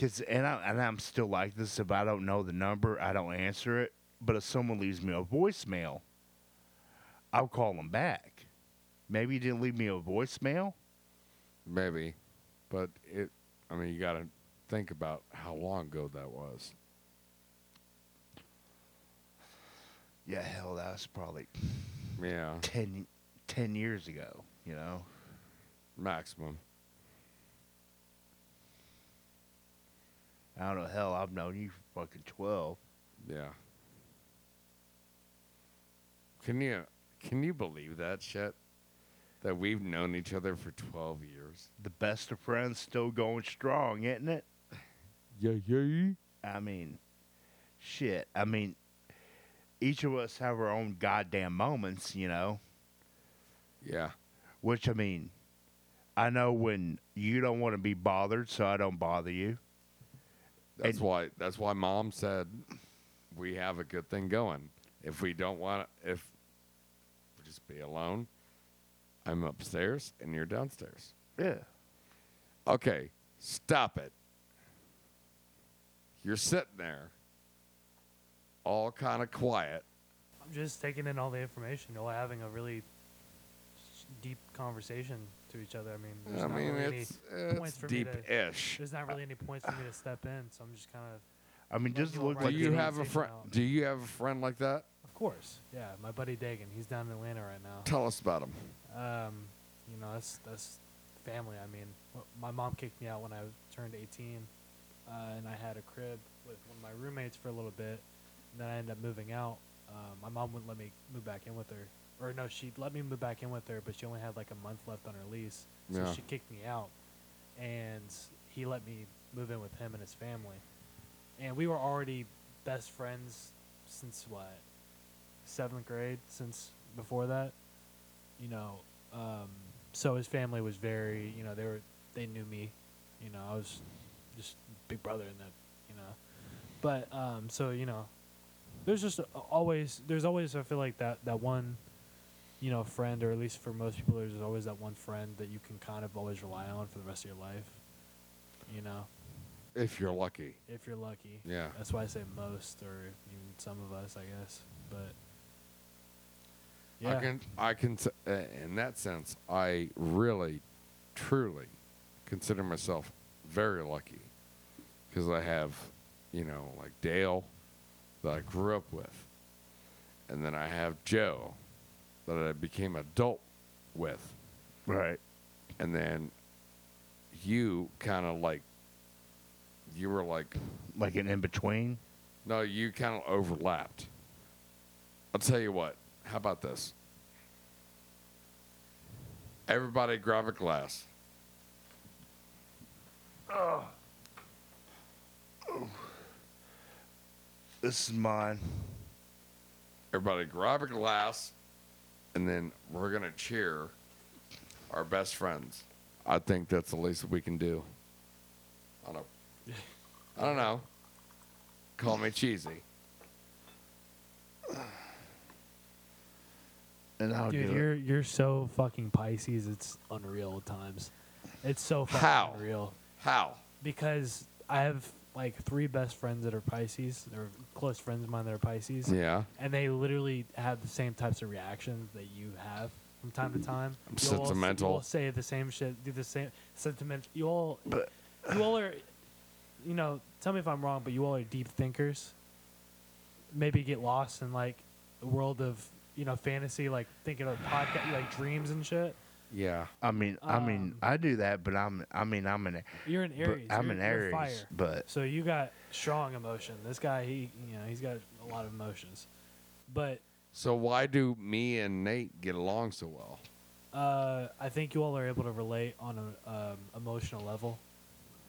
cause and I and I'm still like this. If I don't know the number, I don't answer it. But if someone leaves me a voicemail, I'll call them back. Maybe you didn't leave me a voicemail. Maybe. But it I mean you gotta think about how long ago that was. Yeah, hell, that was probably Yeah. 10, 10 years ago. You know. Maximum. I don't know. Hell, I've known you for fucking twelve. Yeah. Can you can you believe that shit? That we've known each other for twelve years. The best of friends still going strong, isn't it? Yeah, yeah. I mean, shit. I mean, each of us have our own goddamn moments, you know. Yeah. Which I mean, I know when you don't want to be bothered, so I don't bother you. That's And- why that's why mom said we have a good thing going. If we don't want if we just be alone, I'm upstairs and you're downstairs. Yeah. Okay, stop it. You're sitting there all kind of quiet. I'm just taking in all the information while having a really s- deep conversation to each other. I mean, there's I not mean, really it's, any it's points for me to. deep-ish. There's not really any points for me to step in, so I'm just kind of. I mean, Well, just you were look Do right. like Like you the have a friend? conversation out. Do you have a friend like that? Of course, yeah. My buddy Dagan, he's down in Atlanta right now. Tell us about him. um, you know, that's that's family. I mean, wh- my mom kicked me out when I turned 18, uh, and I had a crib with one of my roommates for a little bit, and then I ended up moving out. Um, my mom wouldn't let me move back in with her, or no, she let me move back in with her, but she only had like a month left on her lease, so Yeah. she kicked me out, and he let me move in with him and his family, and we were already best friends since what seventh grade, since before that, you know. Um, so his family was very, you know, they were they knew me, you know, I was just big brother in that, you know. But um, so you know, there's just a- always there's always I feel like that that one, you know, friend or at least for most people there's always that one friend that you can kind of always rely on for the rest of your life, you know, if you're lucky. if you're lucky. Yeah. That's why I say most or even some of us, I guess. But yeah, I can, I can, s- uh, in that sense, I really, truly consider myself very lucky because I have, you know, like Dale that I grew up with, and then I have Joe that I became adult with, Right. and then you kind of like, you were like, Like an in between. no, you kind of overlapped. I'll tell you what. How about this? Everybody grab a glass. This is mine. Everybody grab a glass, and then we're gonna cheer our best friends. I think that's the least we can do. I don't. I don't know. Call me cheesy. And I'll dude, do it. you're you're so fucking Pisces. It's unreal at times. It's so fucking How? unreal. How? because I have like three best friends that are Pisces, or close friends of mine that are Pisces, Yeah. and they literally have the same types of reactions that you have from time to time. I'm You'll all s- sentimental. You all say the same shit, do the same sentiment. You all, you all are, you know. Tell me if I'm wrong, but you all are deep thinkers. Maybe get lost in like the world of you know fantasy, like thinking of podcast, like dreams and shit. Yeah. I mean, I mean, Um, I do that, but I'm, I mean, I'm an, You're an but Aries. I'm you're, an you're Aries, Fire. but So you got strong emotion. This guy, he, you know, he's got a lot of emotions. But So why do me and Nate get along so well? uh, I think you all are able to relate on an um, emotional level.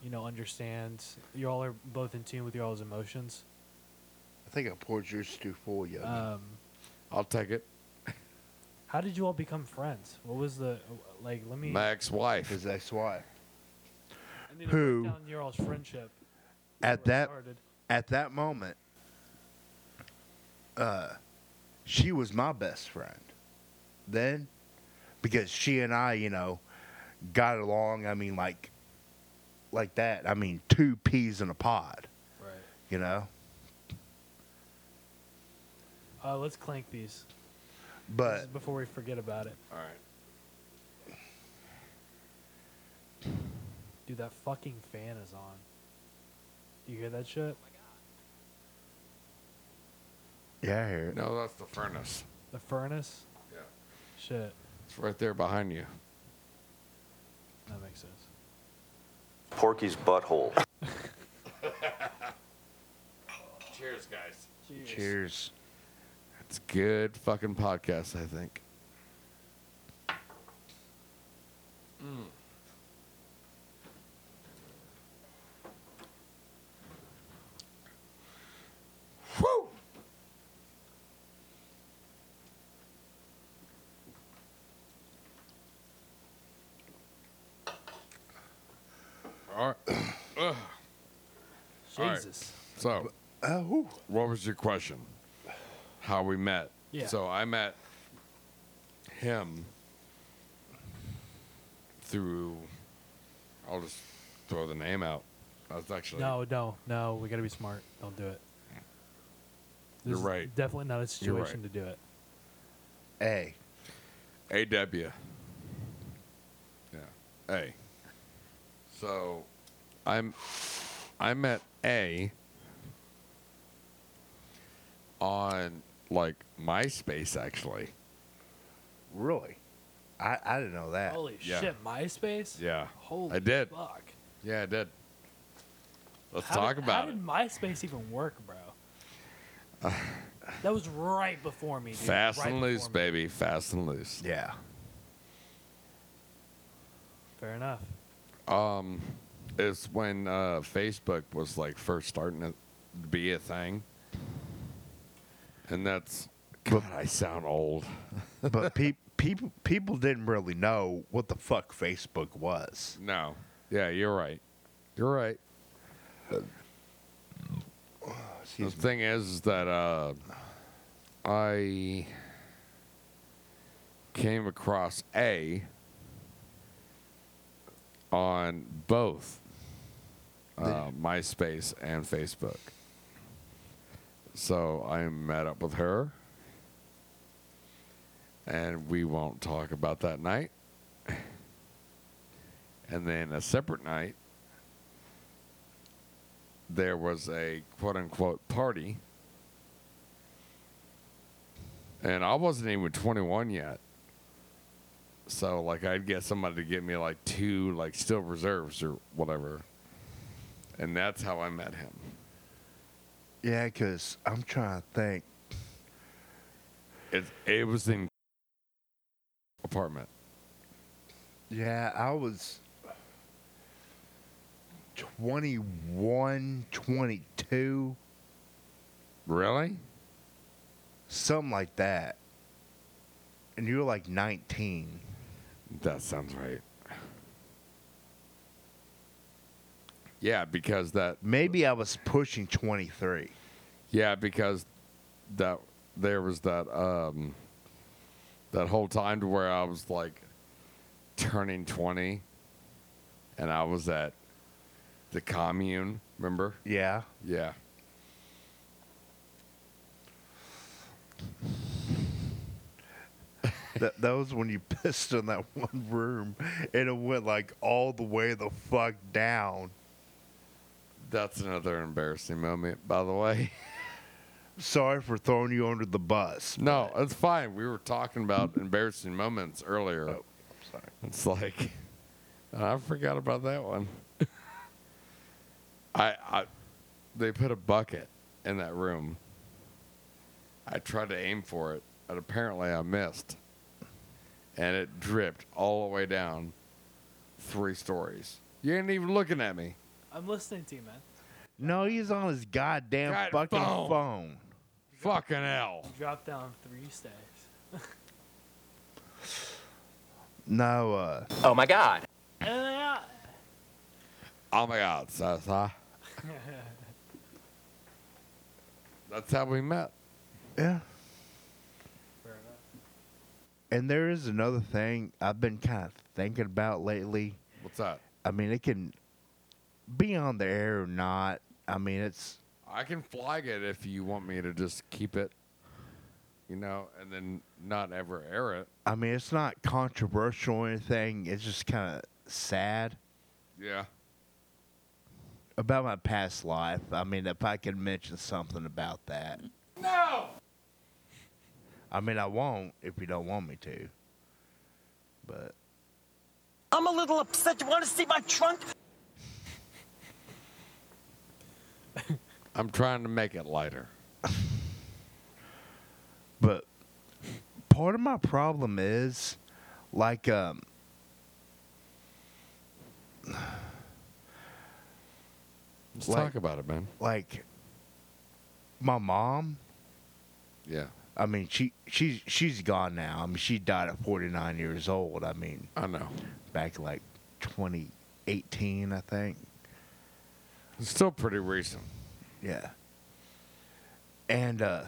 You know, understand. You all are both in tune with your all's emotions. I think I poured yours too full, yo. Um, I'll take it. how did you all become friends? What was the like? Let me. My ex-wife. His ex-wife. I need to who- break down your all's friendship At where it that, started. at that moment, uh, she was my best friend. Then, because she and I, you know, got along. I mean, like, like that. I mean, two peas in a pod. Right. You know, Uh, let's clank these. This but is before we forget about it. All right. Dude, that fucking fan is on. Do you hear that shit? yeah, I hear it. No, that's the furnace. The furnace? Yeah. Shit. It's right there behind you. That makes sense. Porky's butthole. Cheers, guys. Cheers. It's good fucking podcast, I think. Whew! All right. Alright. Jesus. So, Uh, whew. what was your question? How we met? Yeah. So I met him through. I'll just throw the name out. That's actually No, no, no. We gotta be smart. Don't do it. This You're is right. Definitely not a You're right. situation to do it. Hey, AW. Yeah. A. So I'm I met A on like MySpace actually. really? I I didn't know that. Holy Yeah. shit! MySpace. Yeah. Holy. I did. Fuck. Yeah, I did. Let's How talk did, about how it. did MySpace even work, bro? that was right before me, dude. Fast Right and loose, before me. baby. Fast and loose. *laughs* Yeah. Fair enough. Um, it's when uh, Facebook was like first starting to be a thing, and that's God. I sound old. But pe- people people didn't really know what the fuck Facebook was. No. Yeah, you're right. You're right. The thing is, is that uh, I came across A on both uh, MySpace and Facebook. So I met up with her, and we won't talk about that night. And then a separate night, there was a quote unquote party. And I wasn't even 21 yet. So, like, I'd get somebody to get me, like, two, like, still reserves or whatever. And that's how I met him. Yeah, because I'm trying to think. It, it was in apartment. Yeah, I was 21, 22, Really? something like that. And you were like 19. That sounds right. Yeah, because that Maybe I was pushing 23. Yeah, because that there was that um that whole time to where I was like turning twenty and I was at the commune, remember? Yeah. Yeah. *laughs* That, that was when you pissed in that one room and it went like all the way the fuck down. That's another embarrassing moment, by the way. *laughs* Sorry for throwing you under the bus. No, it's fine. We were talking about embarrassing moments earlier. Oh, sorry. It's like I forgot about that one. I, I they put a bucket in that room. I tried to aim for it, and apparently I missed. And it dripped all the way down three stories. You ain't even looking at me. I'm listening to you, man. No, he's on his goddamn God, fucking phone. phone. Fucking hell. Drop down three stairs. *laughs* No, uh, Oh my god. Ah! Oh my god, Sasa. That's how we met. yeah. Fair enough. And there is another thing I've been kind of thinking about lately. What's that? I mean, it can be on the air or not. I mean, it's I can flag it if you want me to just keep it, you know, and then not ever air it. I mean, it's not controversial or anything. It's just kind of sad Yeah. about my past life. I mean, if I could mention something about that. No. I mean, I won't if you don't want me to. But I'm a little upset. You want to see my trunk? I'm trying to make it lighter. but part of my problem is like um Let's Like- talk about it, man. like my mom Yeah. I mean, she she's she's gone now. I mean, she died at 49 years old. I mean, I know. back like 2018, I think. It's still pretty recent. Yeah. And uh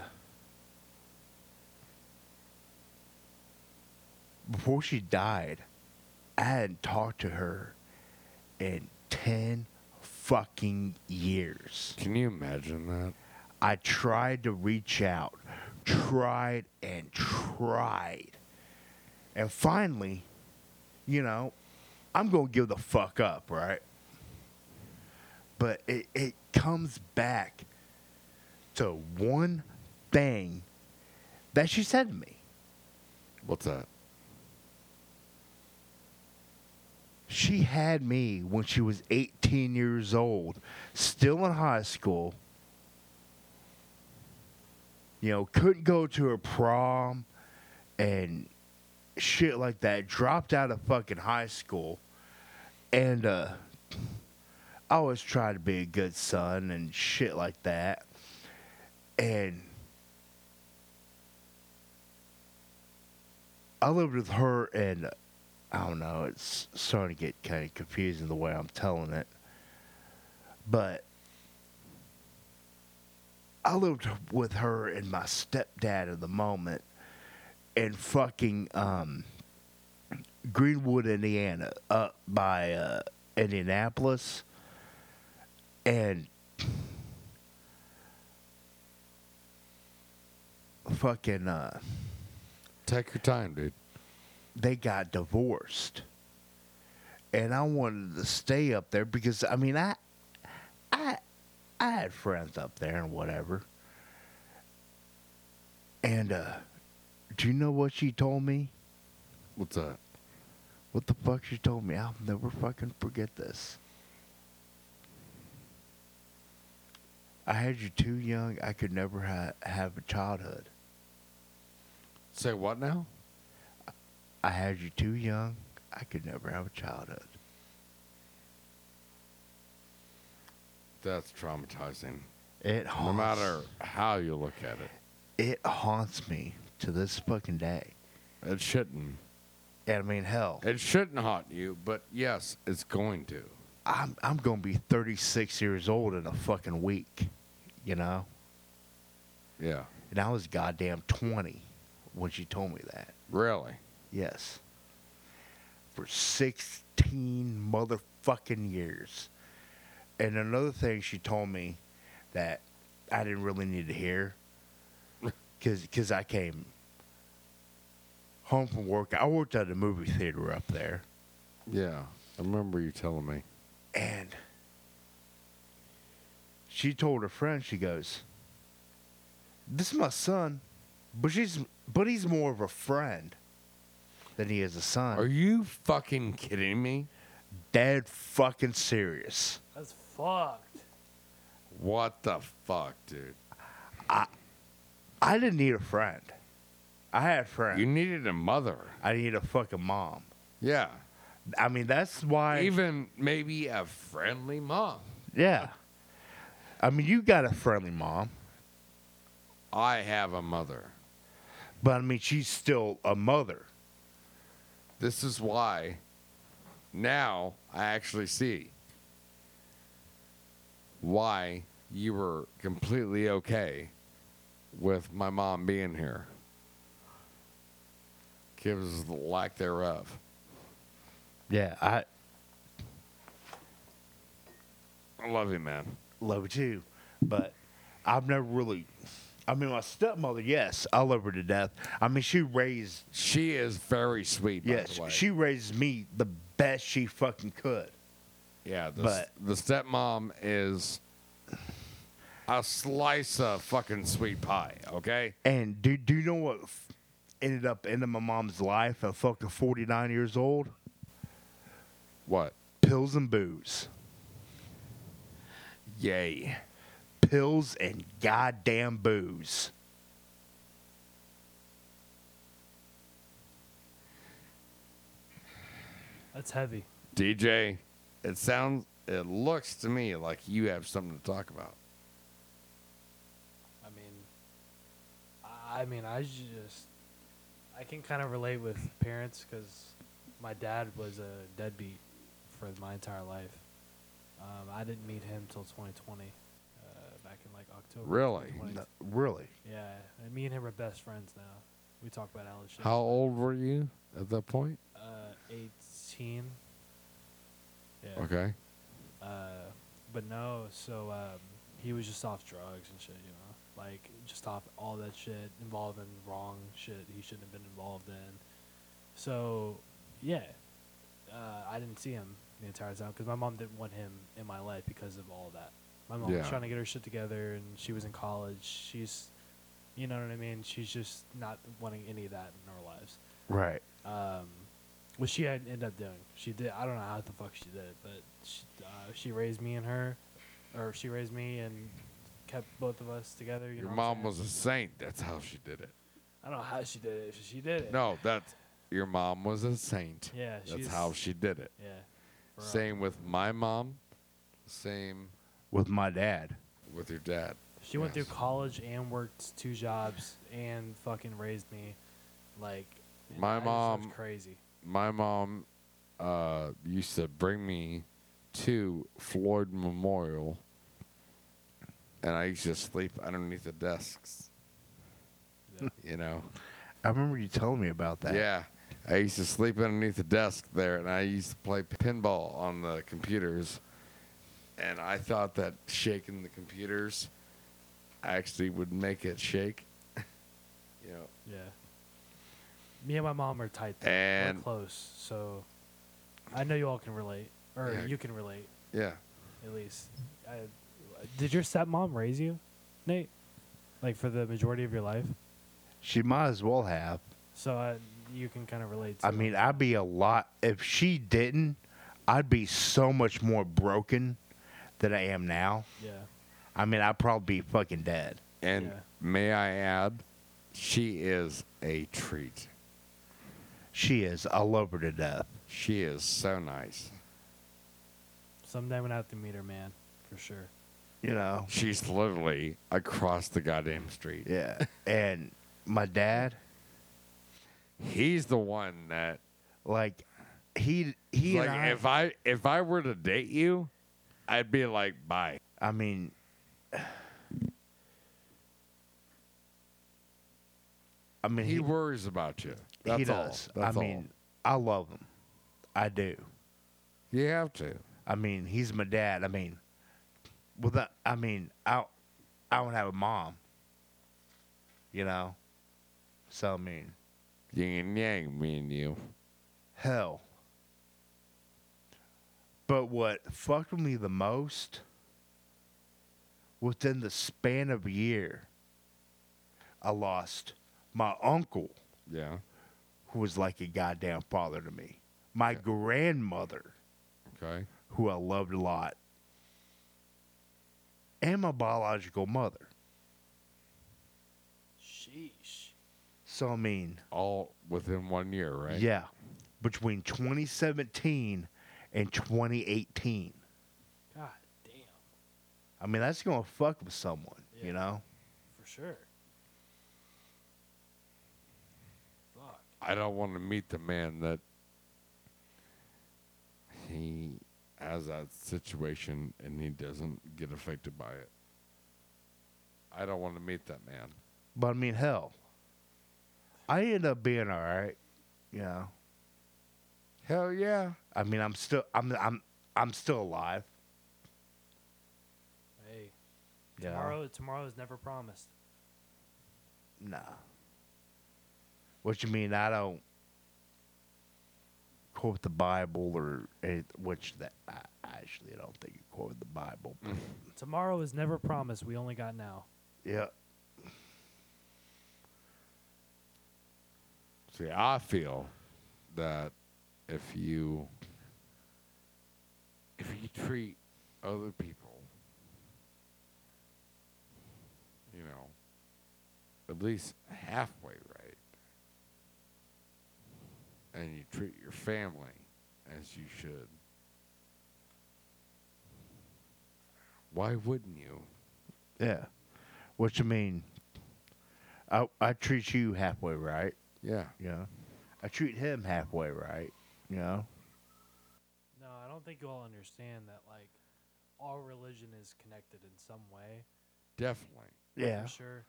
before she died, I hadn't talked to her in 10 fucking years. Can you imagine that? I tried to reach out, tried and tried. And finally, you know, I'm going to give the fuck up, right? But it, it comes back to one thing that she said to me. What's that? She had me when she was 18 years old, still in high school. You know, couldn't go to her prom and shit like that. Dropped out of fucking high school. And uh, I always tried to be a good son and shit like that. And I lived with her, and I don't know, it's starting to get kind of confusing the way I'm telling it. But I lived with her and my stepdad at the moment in fucking um, Greenwood, Indiana, up by uh, Indianapolis. And fucking. Uh, Take your time, dude. they got divorced. And I wanted to stay up there because I mean I I I had friends up there and whatever. And uh do you know what she told me? What's that? What the fuck she told me? I'll never fucking forget this. I had you too young. I could never ha- have a childhood. Say what now? I had you too young. I could never have a childhood. That's traumatizing. It No haunts. matter how you look at it, It haunts me to this fucking day. it shouldn't. And I mean, hell, It shouldn't haunt you, but yes, it's going to. I'm I'm gonna be 36 years old in a fucking week, you know. Yeah. And I was goddamn 20 when she told me that. Really? Yes. For 16 motherfucking years. And another thing she told me that I didn't really need to hear because I came home from work. I worked at a movie theater up there. Yeah. I remember you telling me. And she told her friend, she goes, This is my son, but she's but he's more of a friend than he is a son. Are you fucking kidding me? dead fucking serious. That's fucked. What the fuck, dude? I didn't need a friend. I had friends. You needed a mother. I need a fucking mom. Yeah. I mean, that's why. Even maybe a friendly mom. yeah. I mean, you got a friendly mom, I have a mother. but I mean, she's still a mother. This is why now I actually see why you were completely okay with my mom being here. Gives the lack thereof. Yeah, I I love you, man. love her too, but I've never really. I mean, my stepmother, yes, I love her to death. I mean, she raised, She is very sweet. By yes, the way. she raised me the best she fucking could. Yeah, the, But- s- the stepmom is a slice of fucking sweet pie, okay? And do do you know what f- ended up ending my mom's life at fucking forty nine years old? What? Pills and booze, Yay. pills and goddamn booze. That's heavy. DJ, it sounds it looks to me like you have something to talk about. I mean, I I mean, I just, I can kind of relate with parents because my dad was a deadbeat for my entire life. Um, I didn't meet him till 2020, uh, back in like October. Really? 2020. No, really? Yeah, and me and him are best friends now. We talk about Alice. How old were you at that point? Uh, 18. Yeah. Okay. Uh, but no, so um, he was just off drugs and shit, you know, like just off all that shit, involved in wrong shit he shouldn't have been involved in. So, yeah, uh, I didn't see him the entire time because my mom didn't want him in my life because of all that. My mom was Yeah. trying to get her shit together, and she was in college. She's, you know what I mean. She's just not wanting any of that in our lives Right. um, Which she had ended up doing. She did. I don't know how the fuck she did it, but she, uh, she raised me and her, or she raised me and kept both of us together. You Your know what I'm mom saying? was a saint. That's how she did it. I don't know how she did it. but She did it. No, that's your mom was a saint. Yeah, that's she's- how she did it. Yeah. for real. Same with my mom. Same with my dad. With your dad. She went Yes. through college and worked two jobs and fucking raised me. Like man, My that sounds mom- crazy. my mom uh, used to bring me to Floyd Memorial, and I used to sleep underneath the desks. You know, I remember you telling me about that. yeah, I used to sleep underneath the desk there, and I used to play pinball on the computers. And I thought that shaking the computers actually would make it shake. *laughs* you know, Yeah. Me and my mom are tight. Though. And- We're close, so I know you all can relate, or Yeah. you can relate yeah. at least. I, did your stepmom raise you, Nate? Like for the majority of your life, She might as well have. so I, you can kind of relate. To I mean, I'd be a lot. If she didn't, I'd be so much more broken than I am now. yeah, I mean, I'd probably be fucking dead. And Yeah. may I add, she is a treat. She is. I love her to death. She is so nice. someday I'm gonna have to meet her, man, for sure. You know. She's literally across the goddamn street. *laughs* Yeah. and my dad, He's the one that like, he he like and I. if I if I were to date you, I'd be like, bye. I mean, *sighs* I mean, He he, worries about you. he, That's does. all. That's I all. mean, I love him. I do. you have to. I mean, he's my dad. I mean, without, I mean, I, I don't have a mom. You know, so I mean, Yin and yang, me and you. hell. But what fucked with me the most, within the span of a year, I lost my uncle, Yeah. who was like a goddamn father to me, my grandmother, Okay. who I loved a lot, and my biological mother. Sheesh. So I mean, All within one year, right? yeah, between 2017 and 2018. God damn, I mean, that's gonna fuck with someone, Yeah. you know. for sure. Fuck. I don't want to meet the man that he has that situation and he doesn't get affected by it. I don't want to meet that man. But I mean, hell, I end up being all right, you know. Hell yeah. I mean, I'm still, I'm, I'm, I'm still alive. Hey, you know? tomorrow tomorrow is never promised. Nah. What you mean? I don't quote the Bible or anyth- which that I actually don't think you quote the Bible. Mm. but- Tomorrow is never promised. We only got now. yeah, See, I feel that if you if you treat other people, you know, at least halfway right, and you treat your family as you should, why wouldn't you? yeah. What you mean? I I treat you halfway right. Yeah. You know, I treat him halfway right. You know, No, I don't think you all understand that. Like, all religion is connected in some way. Definitely. yeah. For sure.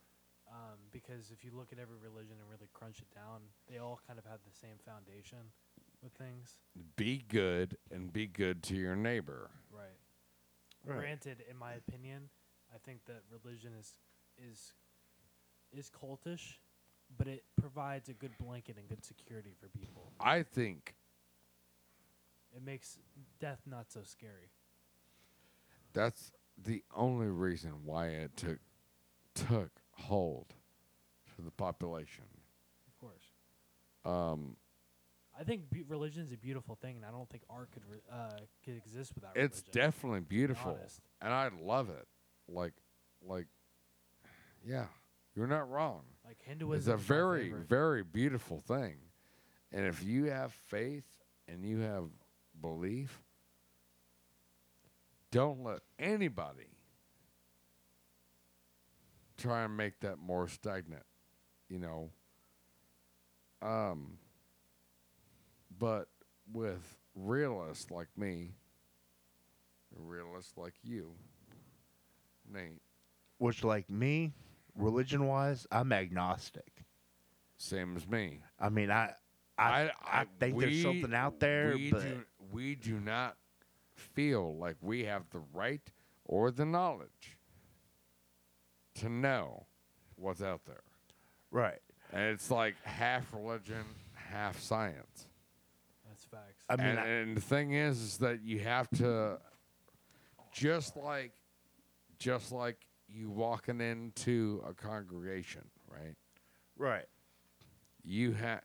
Um, because if you look at every religion and really crunch it down, they all kind of have the same foundation with things. Be good and be good to your neighbor. Right. Right. Granted, in my opinion, I think that religion is is is cultish, but it provides a good blanket and good security for people. I think It makes death not so scary. That's the only reason why it took took hold to the population. Of course. Um, I I think be- religion is a beautiful thing, and I don't think art could re- uh, could exist without. It's religion, definitely to be beautiful, honest. and I love it. Like, like, yeah, you're not wrong. Like Hinduism it's a is my very, favorite. very beautiful thing, and if you have faith and you have belief, don't let anybody try and make that more stagnant. You know. Um. But with realists like me, realists like you, Nate, Which, like me, religion wise, I'm agnostic. same as me. I mean, I I, I, think there's we- something out there, we but do, we do not feel like we have the right or the knowledge to know what's out there. right. And it's like half religion, half science. That's facts. I mean, and, I- and the thing is, is that you have to, just like, just like you walking into a congregation, right? Right. You have,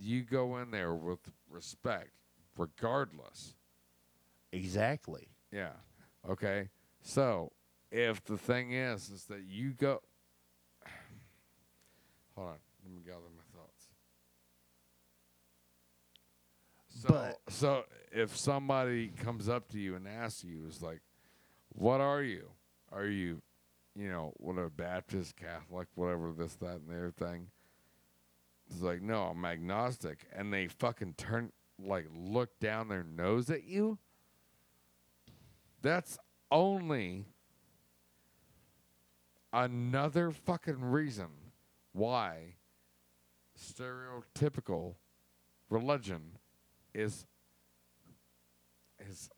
you go in there with respect, regardless. Exactly. Yeah. Okay. So if the thing is, is that you go, *sighs* hold on, let me gather my thoughts. So, But- so if somebody comes up to you and asks you, is like, what are you? Are you, you know, whatever, Baptist, Catholic, whatever, this, that, and the other thing? It's like, no, I'm agnostic. And they fucking turn, like, look down their nose at you. That's only another fucking reason why stereotypical religion is is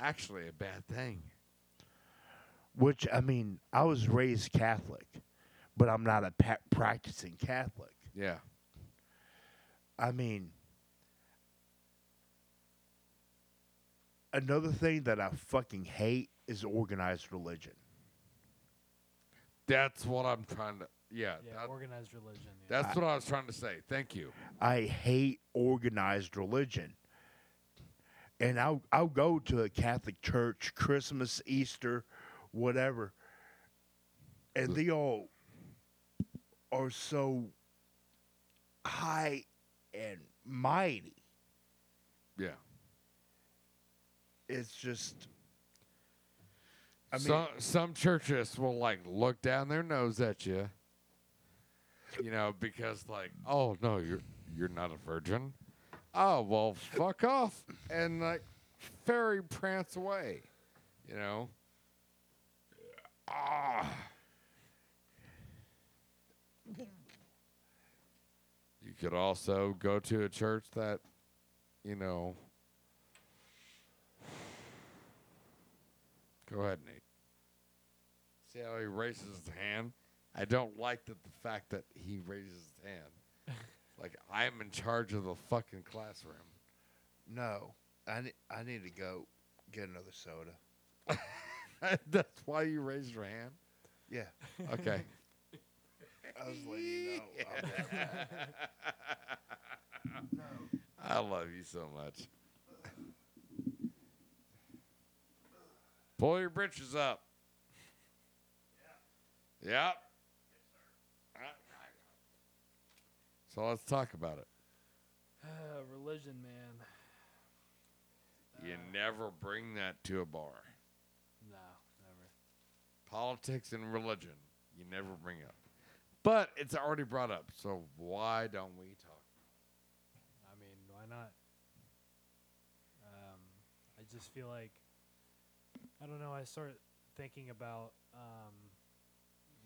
actually a bad thing. Which I mean, I was raised Catholic, but I'm not a pa- practicing Catholic. Yeah. I mean, another thing that I fucking hate is organized religion. That's what I'm trying to yeah, yeah, that- organized religion. Yeah. that's what I was trying to say. Thank you. I hate organized religion. And I'll, I'll go to a Catholic church, Christmas, Easter, whatever. And they all are so high and mighty. Yeah. It's just, I mean, some some churches will like look down their nose at you. You know, because like, oh no, you're you're not a virgin. Oh well, fuck off and like fairy prance away. You know. Ah. You could also go to a church that, you know. *sighs* Go ahead, Nate. See how he raises his hand? I don't like that the fact that he raises his hand. like I'm in charge of the fucking classroom. *laughs* no, I, ne- I need to go get another soda. That's why you raised your hand. Yeah, Okay. I was letting you know. *laughs* I'm gonna- I love you so much. Pull your britches up. Yep. So let's talk about it. Uh, religion, man. You never bring that to a bar. No, never. Politics and religion, you never bring up. But it's already brought up, so why don't we talk? I mean, why not? Um, I just feel like I don't know. I start thinking about um,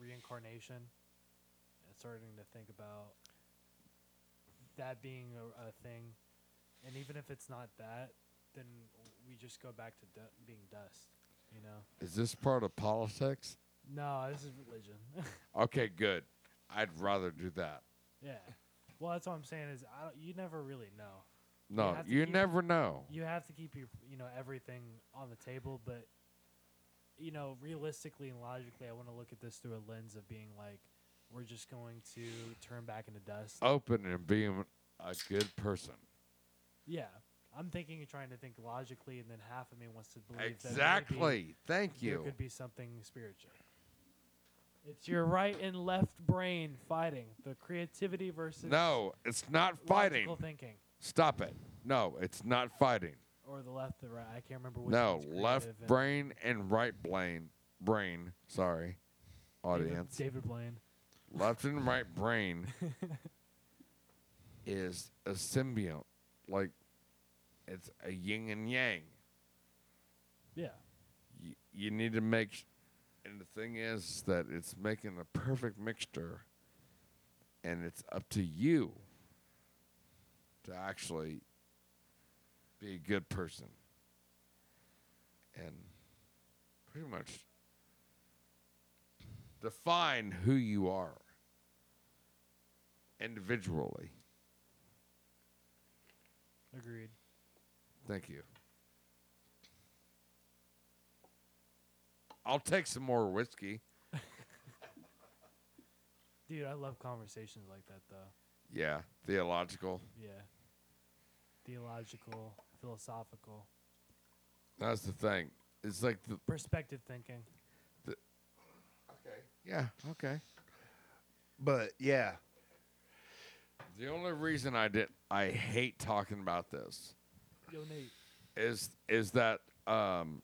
reincarnation and starting to think about that being a, a thing. And even if it's not that, then we just go back to du- being dust, you know? Is this part of politics? No, this is religion. *laughs* Okay, good. I'd rather do that. yeah. Well, that's what I'm saying is I don't, you never really know. No, have to you keep- never know. you have to keep your you know everything on the table but you know realistically and logically i want to look at this through a lens of being like we're Oh. just going to turn back into dust Open and being a good person. Yeah. I'm thinking and trying to think logically, and then half of me wants to believe that maybe Exactly. Thank there you. could be something spiritual. It's your right and left brain fighting the creativity versus No, it's not fighting. logical thinking, Stop it. No, it's not fighting. or the left and right. I can't remember which. No, one's left creative and- brain and right brain. Brain. Sorry, David- audience. David Blaine. Left and right *laughs* brain is a symbiote. Like, it's a yin and yang. Yeah. you, you need to make sh- and the thing is that it's making a perfect mixture and it's up to you to actually be a good person and pretty much define who you are individually Agreed. thank you i'll take some more whiskey Dude, I love conversations like that though. yeah theological Yeah. Theological, philosophical, That's the thing. It's like the perspective thinking. yeah okay. But yeah, The only reason I did I hate talking about this Yo, Nate. is is that um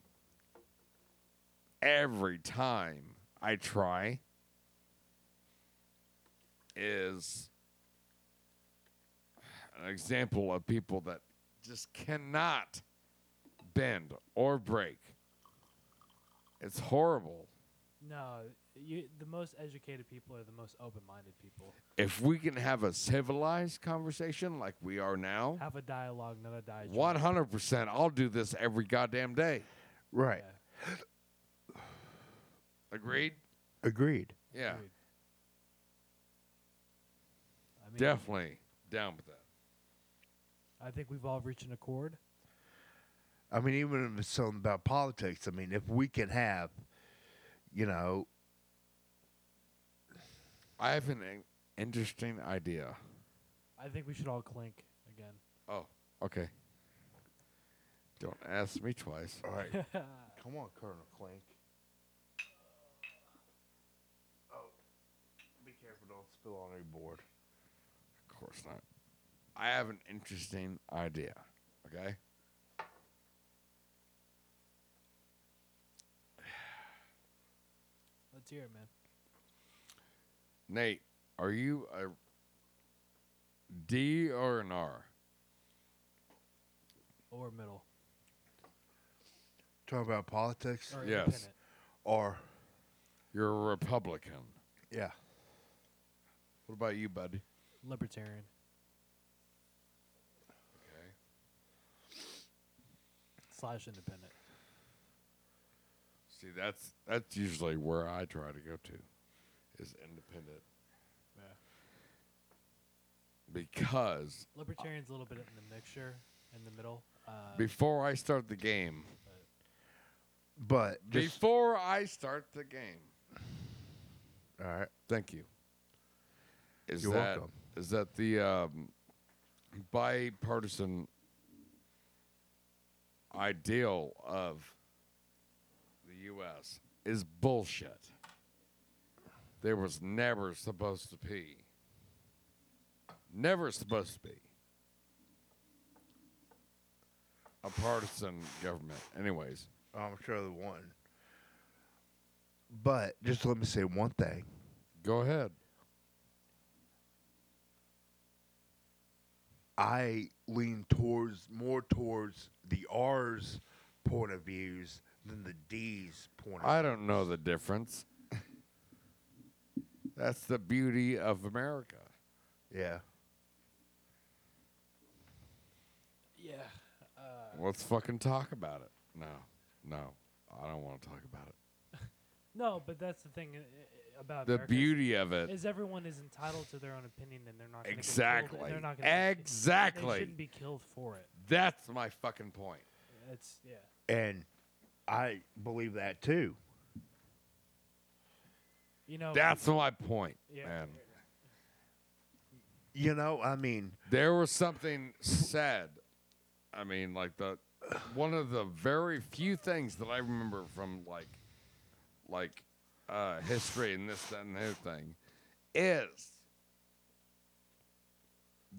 every time I try is an example of people that just cannot bend or break. It's horrible. No, you, the most educated people are the most open-minded people. If we can have a civilized conversation like we are now, Have a dialogue, not a diatribe. One hundred percent. I'll do this every goddamn day. right. Agreed. Agreed. Yeah, Agreed. I mean, definitely down with that. I think we've all reached an accord. I mean, even if it's something about politics, I mean, if we can have, you know, I have an in- interesting idea. I think we should all clink again. Oh, okay. Don't ask me twice. all right, come on, Colonel Clink. Oh, be careful! Don't spill on your board. Of course not. I have an interesting idea. Okay. Let's hear it, man. Nate, are you a D or an R? Or middle. Talking about politics, Or Yes. independent. or You're a Republican. yeah, What about you, buddy? Libertarian. Okay. Slash independent. See, that's that's usually where I try to go to, is independent. Because Libertarian's a little bit in the mixture, in the middle. Uh, before I start the game, but just before I start the game, all right. thank you. Is You're that, welcome. is that the um, bipartisan ideal of the U.S. is bullshit? There was never supposed to be. Never supposed to be. A partisan government. Anyways, I'm sure the one. But just let me say one thing. go ahead. I lean towards more towards the R's point of views than the D's point of I don't know the difference. That's the beauty of America. Yeah. yeah. Let's fucking talk about it. No, no, I don't want to talk about it. No, but that's the thing uh, uh, about The America is- beauty of it. is everyone is entitled to their own opinion and they're not gonna get Exactly. killed, and they're not gonna get- They Exactly. shouldn't be killed for it. That's my fucking point. It's yeah. And I believe that too. You know. That's my point, Oh, Yeah. man. You know, I mean, There was something said I mean, like the one of the very few things that I remember from like like uh, history and this that and the other thing is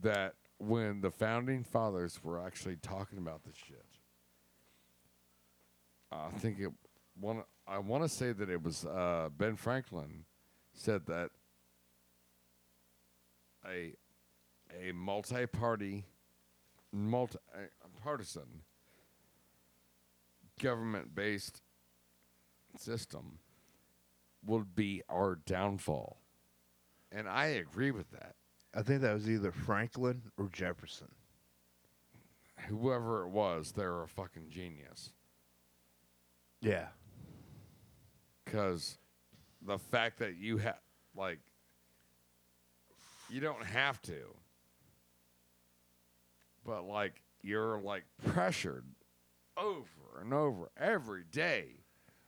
that when the founding fathers were actually talking about this shit, I think it one I want to say that it was uh, Ben Franklin said that a a multi-party multi a partisan government-based system would be our downfall. And I agree with that. I think that was either Franklin or Jefferson. Whoever it was, they're a fucking genius. Yeah. Because the fact that you have, like, you don't have to, but, like, you're, like, pressured over and over every day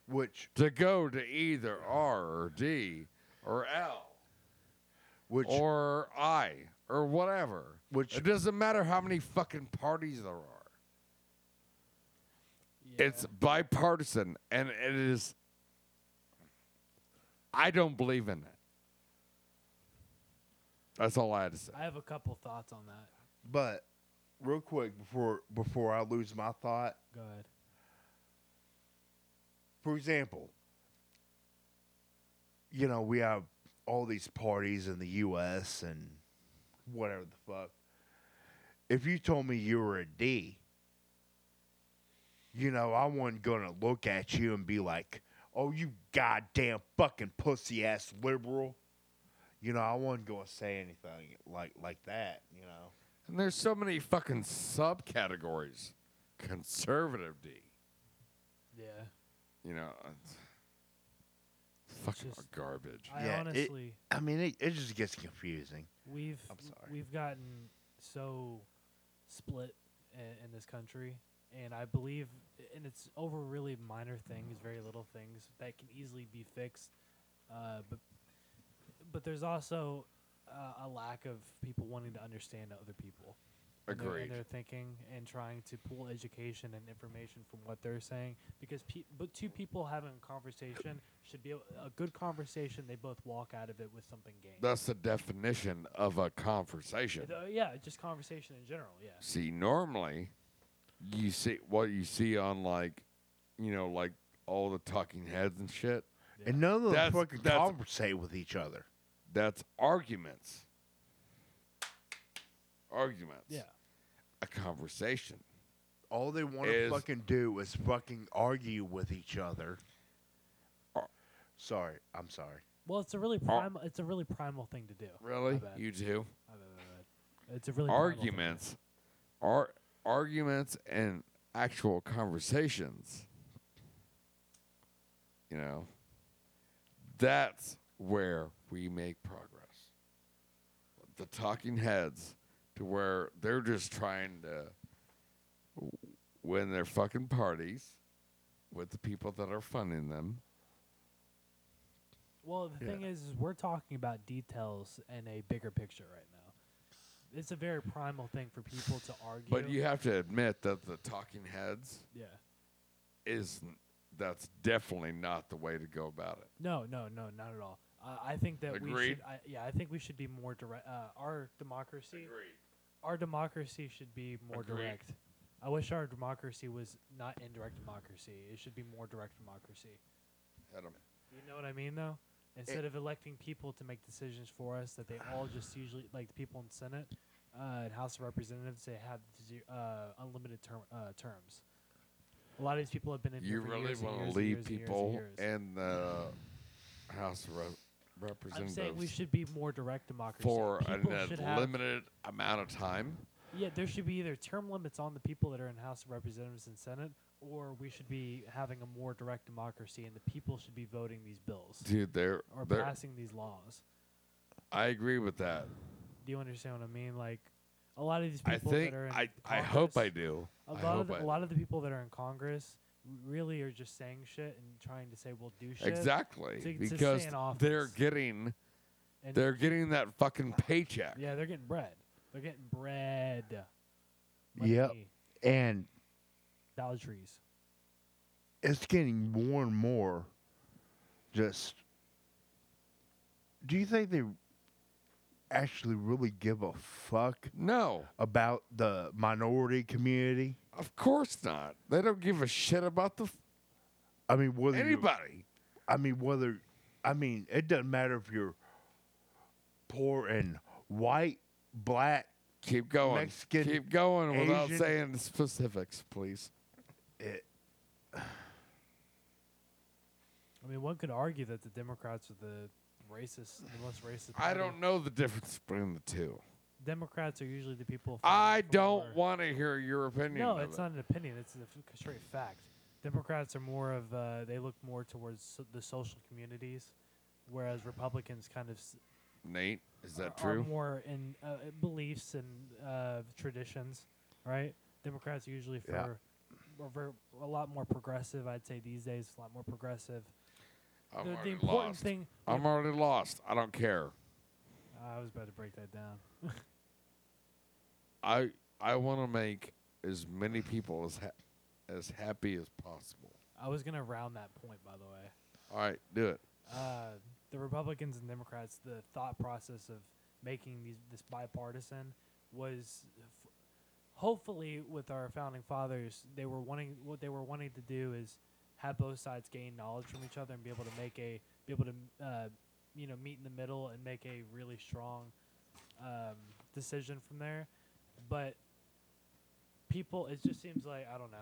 Which to go to either R or D or L which or I or whatever. Which- it doesn't matter how many fucking parties there are. It's bipartisan, and it is. I don't believe in it. That's all I had to say. I have a couple thoughts on that. but real quick before before I lose my thought, Go ahead. for example, you know, we have all these parties in the U.S. and whatever the fuck. If you told me you were a D, you know, I wasn't going to look at you and be like, oh, you goddamn fucking pussy ass liberal. You know, I wasn't going to say anything like, like that, you know. And there's so many fucking subcategories. Conservative D. Yeah. You know, it's fucking just- garbage. I Yeah, it- honestly, I mean, it, it just gets confusing. we've I'm sorry. we've gotten so split in, in this country, and I believe, and it's over really minor things, very little things that can easily be fixed. Uh, but but there's also uh, a lack of people wanting to understand other people. and their- Agreed. And their thinking and trying to pull education and information from what they're saying because pe- but two people having a conversation should be a, a good conversation. They both walk out of it with something gained. That's the definition of a conversation. It- uh, yeah, just conversation in general. Yeah. See, normally, you see what you see on like, you know, like all the talking heads and shit. And none of them That's- fucking that's- conversate with each other. That's arguments. Arguments. Yeah. A conversation. All they want to Is- fucking do is fucking argue with each other. Ar- Sorry, I'm sorry. Well, it's a really primal. It's a really primal thing to do. Really? bad. You do. My bad, my bad. It's a really primal thing to do. arguments are arguments and actual conversations you know that's where we make progress the talking heads to where they're just trying to w- win their fucking parties with the people that are funding them Well, the Yeah. thing is, is, we're talking about details and a bigger picture right now. It's a very primal thing for people to argue. but you have to admit that the talking heads yeah. is that's definitely not the way to go about it No, no, no, not at all. Uh, I think that we Agreed. should. I, yeah, I think we should be more direct. Uh, our democracy. Our democracy should be more Agreed. direct. I wish our democracy was not indirect democracy. It should be more direct democracy. Had 'em. You know what I mean, though. Instead of electing people to make decisions for us, that they all just usually like the people in Senate uh, and House of Representatives, they have ze- uh, unlimited term, uh, terms. A lot of these people have been in You here for really years and want years to and leave years and years and people years. in the House of Rep- I'm Representatives saying we should be more direct democracy. for People should a have- limited amount of time. Yeah, there should be either term limits on the people that are in House of Representatives and Senate, or we should be having a more direct democracy, and the people should be voting these bills Dude, there, or there. passing these laws. I agree with that. Do you understand what I mean? Like, a lot of these I people think that are in I, I hope I Congress- do. A I lot of hope the, I a lot of the people that are in Congress really are just saying shit and trying to say we'll do shit. exactly to- to stay because in they're office. getting And they're getting that fucking paycheck. yeah, they're getting bread. They're getting bread. Yep. Money. and Dollar Trees. it's getting more and more just do you think they actually really give a fuck no about the minority community of course not they don't give a shit about the f- i mean whether you- anybody i mean whether i mean it doesn't matter if you're poor and white black keep going Mexican, keep going without Asian. saying the specifics please it, I mean, one could argue that the Democrats are the racist, the most racist. i party. don't know the difference between the two Democrats are usually the people. i fighting for don't more- want to hear your opinion No, of it's it. not an opinion. It's a f- straight fact. Democrats are more of uh, they look more towards so- the social communities, whereas Republicans kind of s- nate is that are true more in uh, uh, beliefs and uh, traditions, right? Democrats are usually for Yeah. are ver- a lot more progressive. I'd say these days a lot more progressive. I'm the, the already important lost. thing. I'm already lost. I don't care. I was about to break that down. I I want to make as many people as ha- as happy as possible. I was gonna round that point, by the way. All right, do it. uh, the Republicans and Democrats, the thought process of making these this bipartisan was, f- hopefully, with our founding fathers, they were wanting what they were wanting to do is have both sides gain knowledge from each other and be able to make a be able to uh, you know meet in the middle and make a really strong um, decision from there, but people it just seems like I don't know.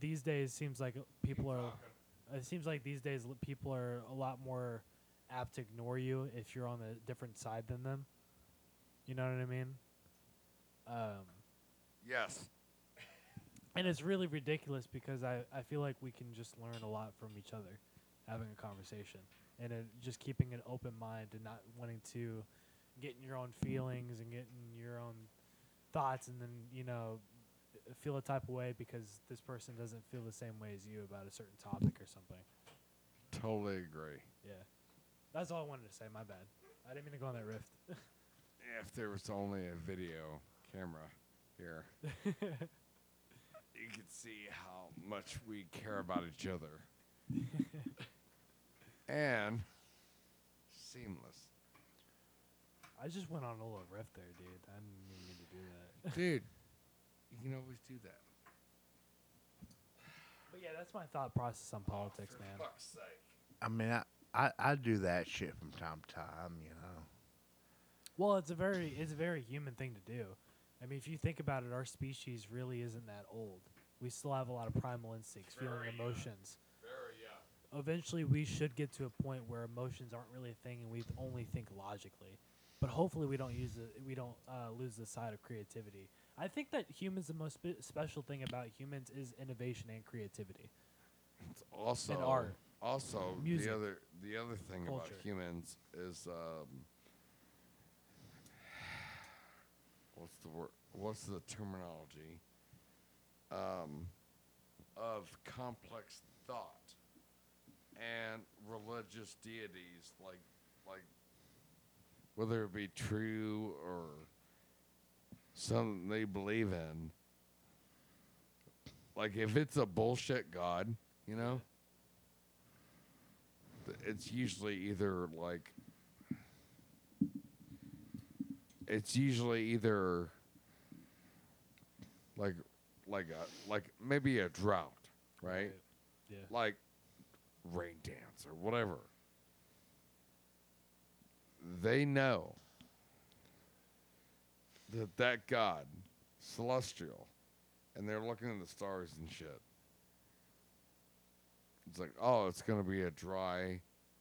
These days seems like people are it seems like these days l- people are a lot more apt to ignore you if you're on a different side than them. You know what I mean? Um, Yes. and it's really ridiculous because I, I feel like we can just learn a lot from each other having a conversation and uh, just keeping an open mind and not wanting to get in your own feelings and getting your own thoughts and then you know uh, feel a type of way because this person doesn't feel the same way as you about a certain topic or something Totally agree. yeah that's all i wanted to say my bad i didn't mean to go on that *laughs* rift If there was only a video camera here, you could see how much we care about each other. and seamless. i just went on a little rift there dude i didn't even mean to do that Dude, you can always do that. *laughs* but yeah that's my thought process on politics man Fuck's sake. i mean I, I i do that shit from time to time you know Well, it's a very it's a very human thing to do. I mean, if you think about it, our species really isn't that old. We still have a lot of primal instincts, feeling emotions. Eventually, we should get to a point where emotions aren't really a thing, and we only think logically. But hopefully, we don't use the, we don't uh, lose the side of creativity. I think that humans, the most spe- special thing about humans is innovation and creativity. also art. Also, Music. the other the other thing Culture. about humans is um, what's the word? What's the terminology? Um, of complex thought and religious deities, like like whether it be true or something they believe in. Like if it's a bullshit god, you know, th- it's usually either like it's usually either like like a like maybe a drought, right? Yeah. Like rain dance or whatever. They know that that god celestial and they're looking at the stars and shit it's like oh it's gonna be a dry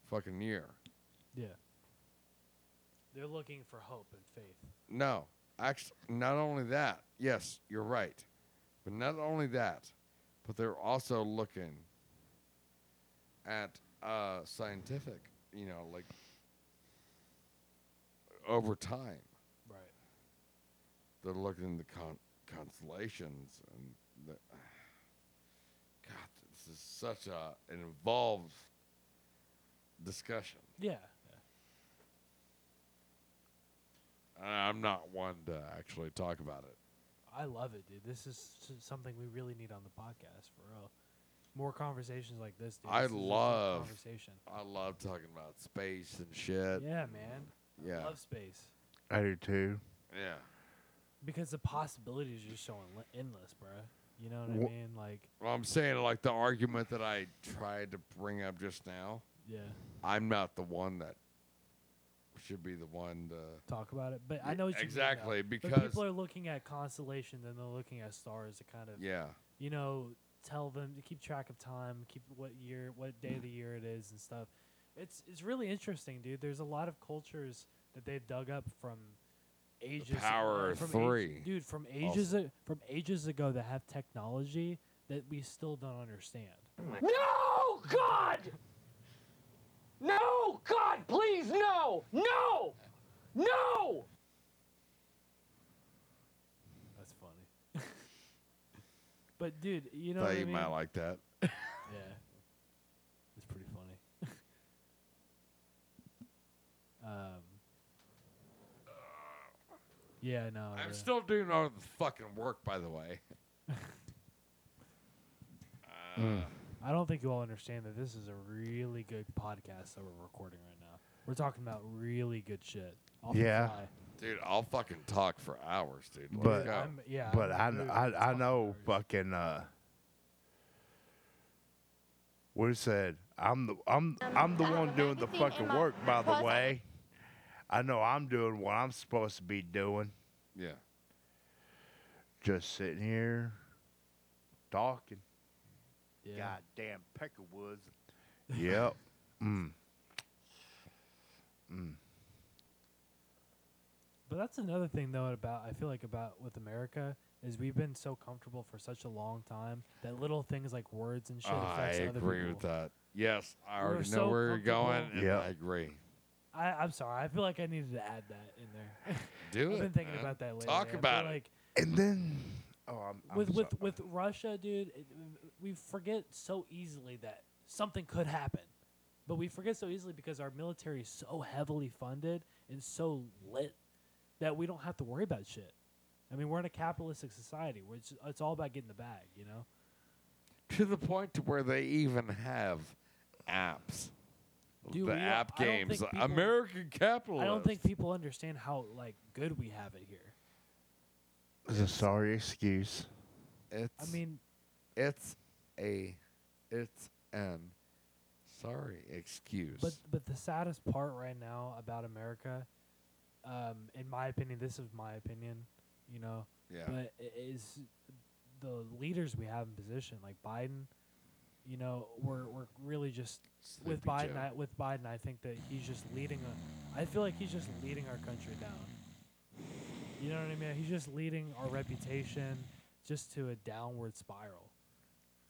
fucking year Yeah. They're looking for hope and faith. no actually not only that yes you're right but not only that but they're also looking at uh scientific you know like over time Right. they're looking at the con- constellations and the, *sighs* God, this is such a an involved discussion. Yeah. And I'm not one to actually talk about it. I love it, dude. This is s- something we really need on the podcast for real. More conversations like this, dude. I This is a good love conversation. I love talking about space and shit. Yeah, man. Yeah. I love space I do too. Yeah. because the possibilities are just so enli- endless, bro. You know what I Wha- mean? Like, Well, I'm saying like the argument that I tried to bring up just now. yeah, I'm not the one that should be the one to. talk about it. But I know what you mean, though. Exactly, But because- people are looking at constellations and they're looking at stars to kind of Yeah. you know, tell them to keep track of time, keep what year, what day of the year it is, and stuff. It's it's really interesting, dude. There's a lot of cultures that they've dug up from ages. uh, power of from age- three. dude. From ages a, from ages ago that have technology that we still don't understand. No, God! No, God, please, no! No! No! That's funny. *laughs* but dude, you know Thought what I you mean? might like that. Yeah, it's pretty funny. *laughs* um. Yeah, no. I'm yeah. still doing all the fucking work, by the way. uh, I don't think you all understand that this is a really good podcast that we're recording right now. We're talking about really good shit. Off the Yeah. fly. Dude, I'll fucking talk for hours, dude. Let's But- go. I'm, yeah. but I, I'm kn- moved. I, It's I fucking know hilarious. fucking uh we said I'm the I'm I'm the I have one doing the everything fucking in my work by the closet. way. I know I'm doing what I'm supposed to be doing. yeah. Just sitting here talking. Yeah. Goddamn *laughs* Peckerwoods. Yep. mm. Mm. But that's another thing though about I feel like about with America is we've been so comfortable for such a long time that little things like words and shit Oh, I affects other agree people. with that. Yes, I We're already know so where you're going, comfortable. and Yeah. I agree. I, I'm sorry. I feel like I needed to add that in there. Do it. *laughs* I've been thinking man. about that lately. I Talk feel about it. Like And then oh I'm, I'm with sorry. with with Russia, dude, it, we forget so easily that something could happen, but we forget so easily because our military is so heavily funded and so lit that we don't have to worry about shit. I mean, we're in a capitalistic society where it's, it's all about getting the bag, you know. to the point to where they even have apps. Dude, the we don't- app I don't games, think people- American capitalism. I don't think people understand how like good we have it here. it's a sorry excuse. It's, I mean, it's a, it's an, sorry, excuse. But but the saddest part right now about America, um, in my opinion, this is my opinion, you know, yeah, but i- is the leaders we have in position, like Biden, you know, we're we're really just with Sleepy Biden. Joe. I, with Biden, I think that he's just leading. A, I feel like he's just leading our country down. You know what I mean? He's just leading our reputation just to a downward spiral.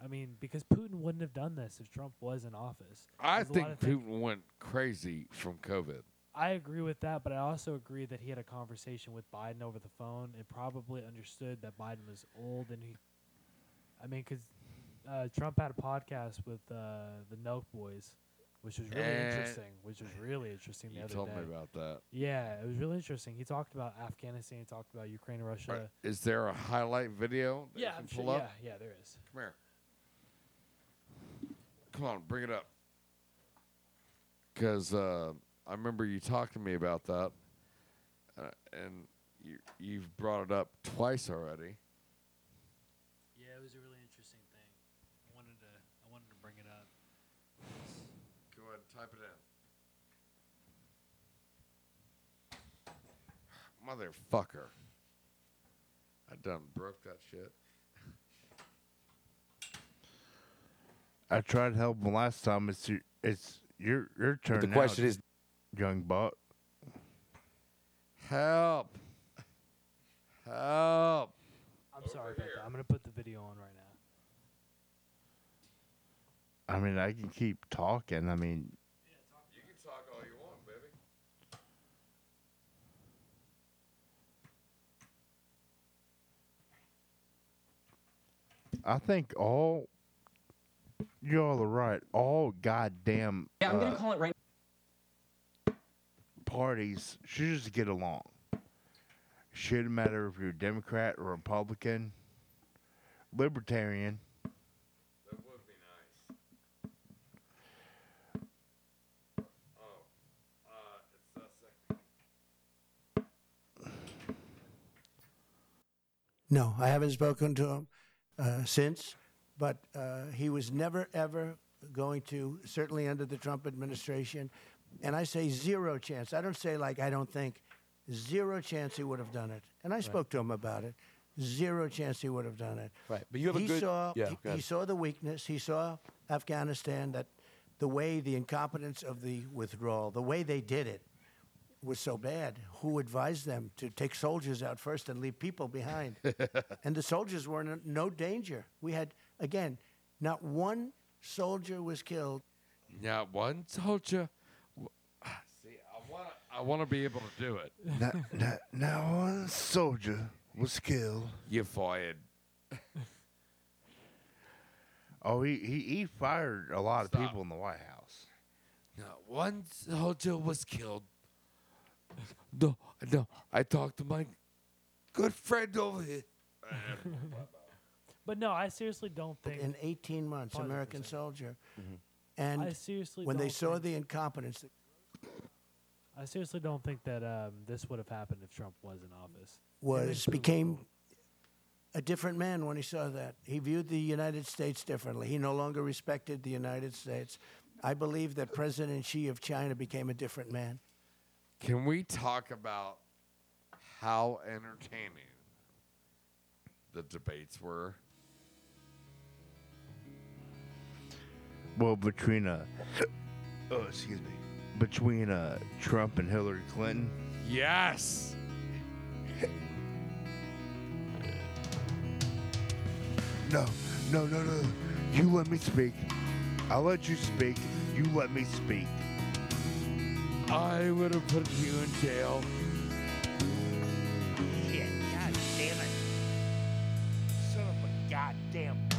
I mean, because Putin wouldn't have done this if Trump was in office. I There's a lot think of things- Putin went crazy from COVID. I agree with that, but I also agree that he had a conversation with Biden over the phone and probably understood that Biden was old and he. I mean, because uh, Trump had a podcast with uh, the Nelk Boys, which was really Eh, interesting. Which was really interesting the You other told day. me about that. Yeah, it was really interesting. He talked about Afghanistan. He talked about Ukraine, and Russia. All right, Uh, Is there a highlight video that Yeah, you I'm can sure. pull Yeah, up? yeah, there is. Come here. Come on, bring it up. Because uh, I remember you talking to me about that, uh, and you you've brought it up twice already. Yeah, it was a really interesting thing. I wanted to. I wanted to bring it up. Go ahead, type it in. Motherfucker! I done broke that shit. I tried to help him last time. It's your it's your your turn. the now, question is- young buck. Help! Help! I'm sorry about that. I'm gonna put the video on right now. I mean, I can keep talking. I mean, You can talk all you want, baby. I think all y'all are right. All goddamn Yeah, I'm uh, gonna call it right parties should just get along. Shouldn't matter if you're a Democrat or Republican, *laughs* Libertarian. That would be nice. Oh, uh, it's uh, sec- No, I haven't spoken to him uh, since, but uh, he was never, ever going to, certainly under the Trump administration. And I say zero chance. I don't say like I don't think, zero chance he would have done it. And I spoke to him about it. Zero chance he would have done it. Right, but you have a he good- Saw, yeah, he- go he ahead. saw the weakness. He saw Afghanistan that the way the incompetence of the withdrawal, the way they did it, was so bad. Who advised them to take soldiers out first and leave people *laughs* behind? and the soldiers were in no danger. We had again, not one soldier was killed. yeah, one soldier. W- ah, See, I want to I want to be able to do it. Not, not, not one soldier was killed. You're fired. Oh, he, he, he fired a lot of people in the White House. Not one soldier was killed. No, no. I talked to my good friend over here. But no, I seriously don't think in 18 months, Hundred American soldier. And I seriously when they don't saw think- the incompetence, I seriously don't think that um, this would have happened if Trump was in office. It was makes me- became a different man when he saw that. He viewed the United States differently. He no longer respected the United States. I believe that President Xi of China became a different man. Can we talk about how entertaining the debates were? Well, between uh, oh, excuse me, between uh, Trump and Hillary Clinton. Yes. No, no, no, no. You let me speak. I'll let you speak. You let me speak. I would have put you in jail. Shit, god damn it. Son of a goddamn